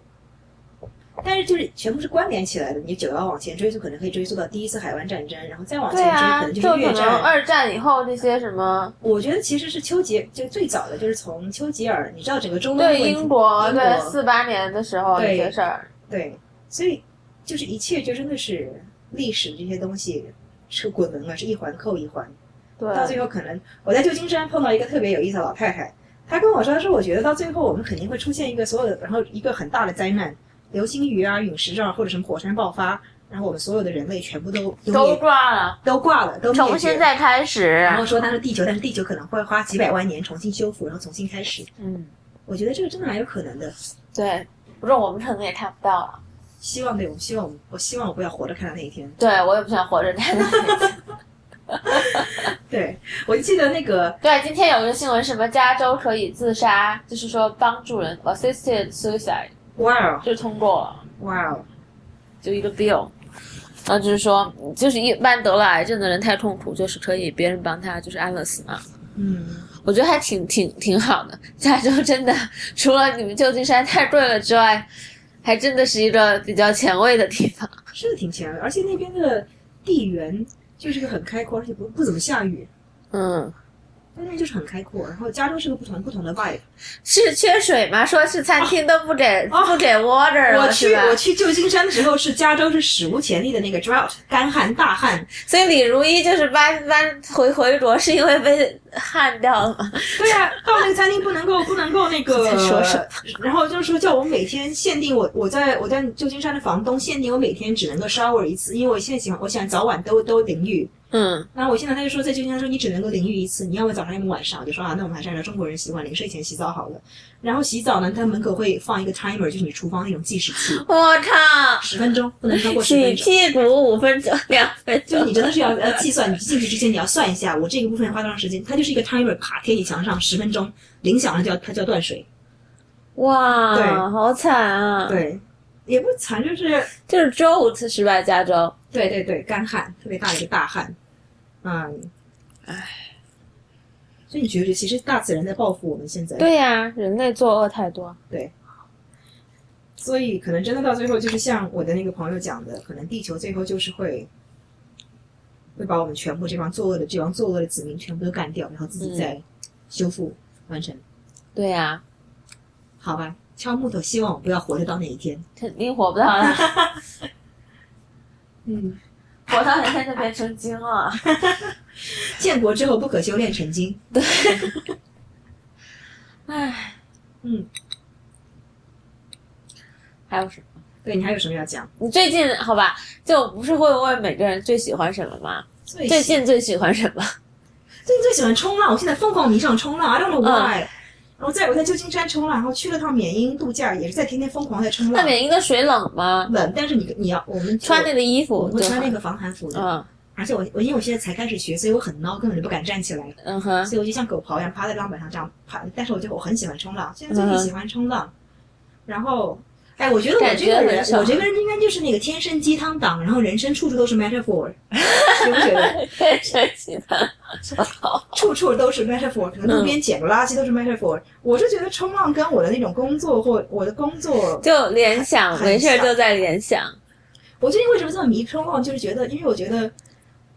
B: 但是就是全部是关联起来的。你九幺往前追溯，可能可以追溯到第一次海湾战争，然后再往前
A: 对
B: 追，
A: 啊，
B: 可能
A: 就
B: 就是
A: 可
B: 越
A: 能
B: 战。
A: 二战以后这些什么，
B: 我觉得其实是丘吉，就最早的就是从丘吉尔，你知道整个中东
A: 对
B: 问题
A: 英国，
B: 英
A: 对四八年的时候这
B: 对
A: 些事儿，
B: 对，所以就是一切就真的是历史这些东西是滚轮啊，是一环扣一环。
A: 对，
B: 到最后可能我在旧金山碰到一个特别有意思的老太太，她跟我说，她说我觉得到最后我们肯定会出现一个所有的，然后一个很大的灾难，流星雨啊、陨石啊或者什么火山爆发，然后我们所有的人类全部都都
A: 都
B: 灭
A: 挂了，
B: 都挂了，都灭
A: 从
B: 绝
A: 现。在开始
B: 然，后说，但是地球，但是地球可能会花几百万年重新修复，然后重新开始。
A: 嗯，
B: 我觉得这个真的蛮有可能的。
A: 对，不是我们可能也看不到了，
B: 希望对，我希望我们，我希望我不要活着看到那一天。
A: 对我也不想活着看。
B: 对，我就记得那个
A: (laughs) 对，今天有个新闻，什么加州可以自杀，就是说帮助人 assisted suicide
B: 哇哦
A: 就通过了。
B: 哇哦，
A: 就一个 bill，然后就是说，就是一般得了癌症的人太痛苦，就是可以别人帮他就是安乐死嘛。
B: 嗯，
A: 我觉得还挺挺挺好的。加州真的除了你们旧金山太贵了之外，还真的是一个比较前卫的地方。
B: 是挺强的，而且那边的地缘就是个很开阔，而且不不怎么下雨，
A: 嗯，
B: 那边就是很开阔，然后加州是个不同不同的 vibe。
A: 是缺水吗？说是餐厅都不给、不给 water 了
B: 啊我去
A: 是吧？
B: 我去旧金山的时候是加州是史无前例的那个 drought 干旱
A: (laughs)
B: 大旱，
A: 所以李如一就是搬搬回回国，是因为被旱掉了吗？
B: 对呀、到那个餐厅不能够不能够那个
A: 在说什么
B: 然后就是说叫我每天限定我我在我在旧金山的房东限定我每天只能够 shower 一次，因为我现在喜欢我想早晚都都淋浴。
A: 嗯，
B: 那我现在他就说在旧金山说你只能够淋浴一次，你要么早上要么晚上。我就说啊，那我们还是按照中国人习惯临睡前洗澡好了。然后洗澡呢，他门口会放一个 timer，就是你厨房那种计时器，
A: 我靠，
B: 十分钟不能超过十
A: 洗 (laughs)
B: 分钟。
A: 屁股五分钟、两分
B: 就是
A: 钟
B: 你，真的是要要计算，你进去之前你要算一下，我这个部分花多长时间。它就是一个 timer，啪贴你墙上，十分钟，铃响了就要它就要断水。对
A: 哇，好惨啊！
B: 对，也不惨，就是
A: 就是 drought 是吧？加州
B: 对对对，干旱，特别大的一个大旱，嗯，唉，所以你觉得其实大自然在报复我们现在，
D: 对呀、人类作恶太多。
B: 所以可能真的到最后就是像我的那个朋友讲的，可能地球最后就是会。会把我们全部这帮作恶的这帮作恶的子民全部都干掉，然后自
E: 嗯
B: 己再修复、完成，
A: 对呀、
B: 好吧？敲木头，希望我不要活着到那一天。
E: 肯定活不到啊
B: (laughs)
E: 了，
B: 嗯，
E: 活到那天就变成精了。
B: 建国之后不可修炼成精。
E: 唉，
B: 嗯，
E: 还有什么？
B: 对你还有什么要讲？
E: 你最近好吧，就不是会问每个人最喜欢什么吗？
B: 最
E: 最近最喜欢什
B: (laughs)
E: 么？
B: 最近最喜欢冲浪，我现在疯狂迷上冲浪，I don't
E: 嗯
B: know why。然后在我在旧金山冲浪，然后去了趟缅因度假，也是在天天疯狂在冲
E: 那
B: 浪。
E: 缅因的水冷吗？
B: 冷，但是你你要我们
E: 穿那个衣
B: 我
E: 服
B: 我会
E: 就
B: 穿
E: 好
B: 那个防寒服的，
E: 嗯
B: 而且我我因为我现在才开始学，所以我很孬，根本就不敢站起来，
E: 嗯哼， (laughs)
B: 所以我就像狗刨一样趴在浪板上这样趴。但是我就我很喜欢冲浪，现在
E: 嗯
B: 最近喜欢冲浪。然后，哎，我觉得我
E: 感
B: 这
E: 觉
B: 个人
E: 很，爽
B: 我这个人应该就是那个天生鸡汤党，然后人生处处都是 metaphor，觉 (laughs) 不觉得？
E: (laughs) 太神奇了。
B: 处处都是 metaphor，可能
E: 嗯
B: 路边捡个垃圾都是 metaphor。我是觉得冲浪跟我的那种工作或我的工作，
A: 就联想，
B: 很
A: 没事儿
B: 像
A: 就在联想。
B: 我最近为什么这么迷冲浪，就是觉得，因为我觉得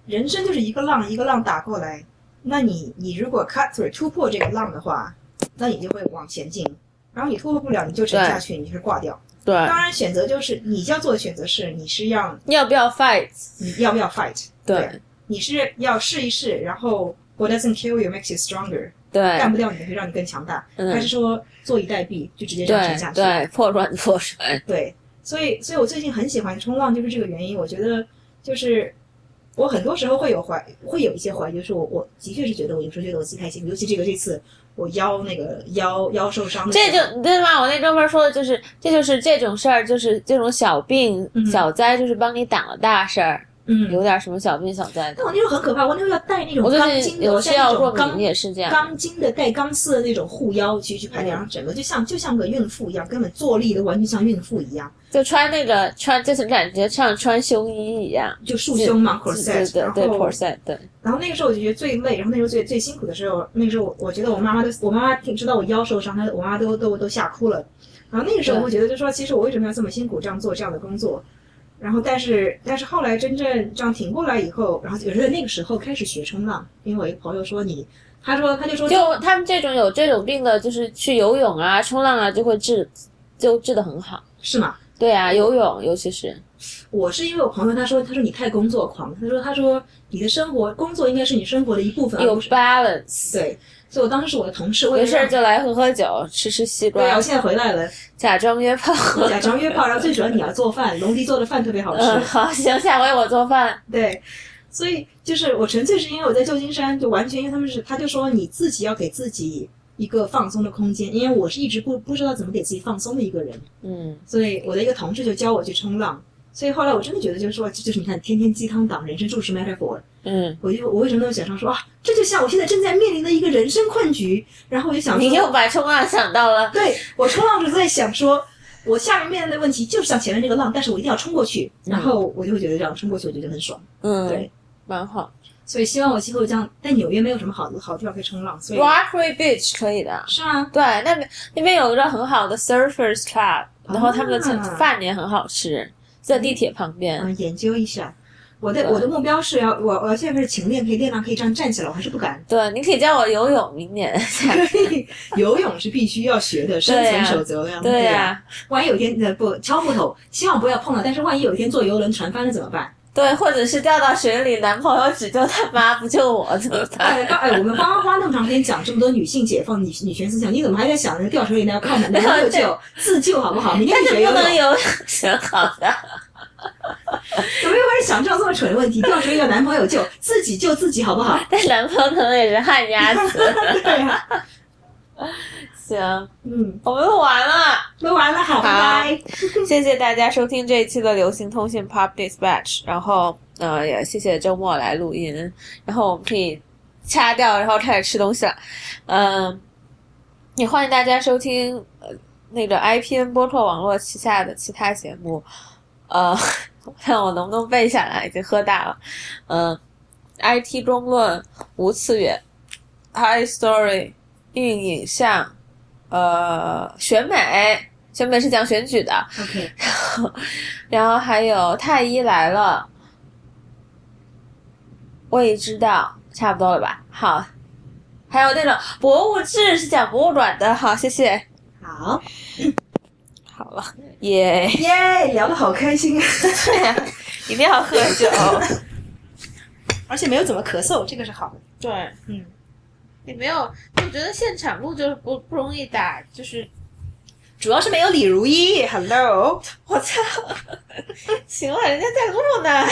B: 人生就是一个浪一个浪打过来，那你你如果 cut through 突破这个浪的话，那你就会往前进。然后你突破不了，你就沉下去，你就是挂掉。
A: 对，
B: 当然，选择就是你要做的选择是，你是要
A: 要不要 fight？
B: 你要不要 fight？
A: 对
B: 你是要试一试，然后 what doesn't kill you makes you stronger。
A: 对
B: 干不掉你的会让你更强大，
A: 嗯
B: 还是说坐以待毙，就直接这样沉下
A: 对
B: 去？嗯
A: 对，破罐子破摔。
B: 对所以所以我最近很喜欢冲浪，就是这个原因。我觉得就是我很多时候会有怀，会有一些怀疑，就是我我的确是觉得我有时候觉得我自己太辛苦，尤其这个这次我腰那个腰腰受伤的时
A: 这
B: 候，
A: 就对吧？我那哥们儿说的就是，这就是这种事儿，就是这种小病、
B: 嗯
A: 小灾，就是帮你挡了大事儿。
B: 嗯。
A: 有点什么小病小灾的
B: 但。我那时候很可怕，我那时候要戴那种
A: 我最
B: 钢筋
A: 近
B: 的，
A: 有
B: 我
A: 些
B: 戴
A: 药
B: 那种
A: 过
B: 钢
A: 敏也是这样，
B: 钢筋的带钢丝的那种护腰去去排列，然后整个就像就像个孕妇一样，根本坐立的完全像孕妇一样，
A: 就穿那个穿，就是感觉像穿胸衣一样。
B: 就束胸嘛
A: 对对
B: ，corset，然
A: 对
B: 后
A: corset，对，
B: 然后那个时候我就觉得最累，然后那时候最最辛苦的时候，那个时候我我觉得我妈妈都，我妈妈听知道我腰受伤，她我妈妈都都都吓哭了。然后那个时候我会觉得，就说其实我为什么要这么辛苦这样做这样的工作？然后但是但是后来真正这样挺过来以后，然后我就在那个时候开始学冲浪，因为我一个朋友说你，他说他就说
A: 就他们这种有这种病的，就是去游泳啊、冲浪啊，就会治，就治得很好。
B: 是吗？
A: 对啊，游泳尤其是，
B: 我是因为我朋友他说他说你太工作狂，他说他说你的生活工作应该是你生活的一部分，而
A: 有
B: 嗯不是
A: balance，
B: 对。所以我当时是我的同事，
A: 没
B: 为了
A: 事儿
B: 让
A: 就来喝喝酒，吃吃西
B: 对啊，
A: 瓜
B: 我，现在回来了。
A: 假装约炮。 (laughs)
B: 假装约炮，然后最主要你要做饭，龙迪做的饭特别好吃。
A: 嗯，好，行，下回我做饭。
B: (laughs) 对，所以就是我纯粹是因为我在旧金山，就完全因为他们是，他就说你自己要给自己一个放松的空间，因为我是一直不不知道怎么给自己放松的一个人，
A: 嗯，
B: 所以我的一个同事就教我去冲浪。所以后来我真的觉得，就是说，这就是你看，天天鸡汤党，人生注是 metaphor。
A: 嗯，
B: 我就我为什么那么想说，啊，这就像我现在正在面临的一个人生困局。然后我就想说，
A: 你又把冲浪想到了，
B: 对我冲浪时在想说，我下面面对的问题就是像前面这个浪，但是我一定要冲过去，然后我就会觉得这样冲过去，我觉得很爽。
A: 嗯
B: 对，
A: 蛮好。
B: 所以希望我今后这样，在纽约没有什么好的好地方可以冲浪，所以
A: Rockery Beach 可以的。
B: 是啊，
A: 对，那边那边有一个很好的 Surfers Club，然后他们的
B: 啊
A: 饭也很好吃，在地铁旁边。
B: 嗯嗯，研究一下。我的我的目标是要我我现在开始勤练，可以练到可以这样站起来，我还是不敢。 (laughs)
A: 对，你可以教我游泳，明 (laughs) 年。
B: 游泳是必须要学的生
A: 对
B: 存
A: 呀
B: 守则呀，
A: 对啊
B: 呀、
A: 呀、
B: 万一有一天呃不敲木头，希望不要碰到，但是万一有一天坐游轮船翻了怎么办？
A: 对，或者是掉到水里，男朋友只救他妈 (laughs) 不救我，怎么办？ (laughs)
B: 哎，刚哎，我们刚刚花那么长时间讲这么多女性解放、女女权思想，你怎么还在想着掉水里那要靠男朋 (laughs) 友救自救好不好？明天
A: 但
B: 你
A: 是
B: 学游
A: 不
B: 泳，
A: 能游泳是好的，
B: 怎么又开始想这种这么蠢的问题？掉水里要男朋友救，自己救自己好不好？ (laughs)
A: 但男朋友可能也是旱鸭 (laughs) 子。
B: 对呀、
A: 行，
B: 嗯，
A: 我们录完了，
B: 录完了，好，拜拜。
A: 谢谢大家收听这一期的流行通信 Pop Dispatch，然后呃也谢谢周末来录音，然后我们可以掐掉，然后开始吃东西了，嗯、也欢迎大家收听呃那个 IPN 播客网络旗下的其他节目，呃， (laughs) 看我能不能背下来，已经喝大了，嗯、IT 中论、无次元、High Story、硬影像，呃，选美，选美是讲选举的，
B: OK，
A: (laughs) 然后还有太医来了，我也知道，差不多了吧？好，还有那种博物志是讲博物馆的，好，谢谢，
B: 好，
A: 好了，耶、
B: 耶，聊得好开心啊， (laughs)
A: 对呀、一定要喝酒， (laughs)
B: 而且没有怎么咳嗽，这个是好的。
A: 对，
B: 嗯，
A: 也没有，我觉得现场录就是不不容易打，就是
B: 主要是没有李如一，Hello，
A: 我操，行了，人家在录呢，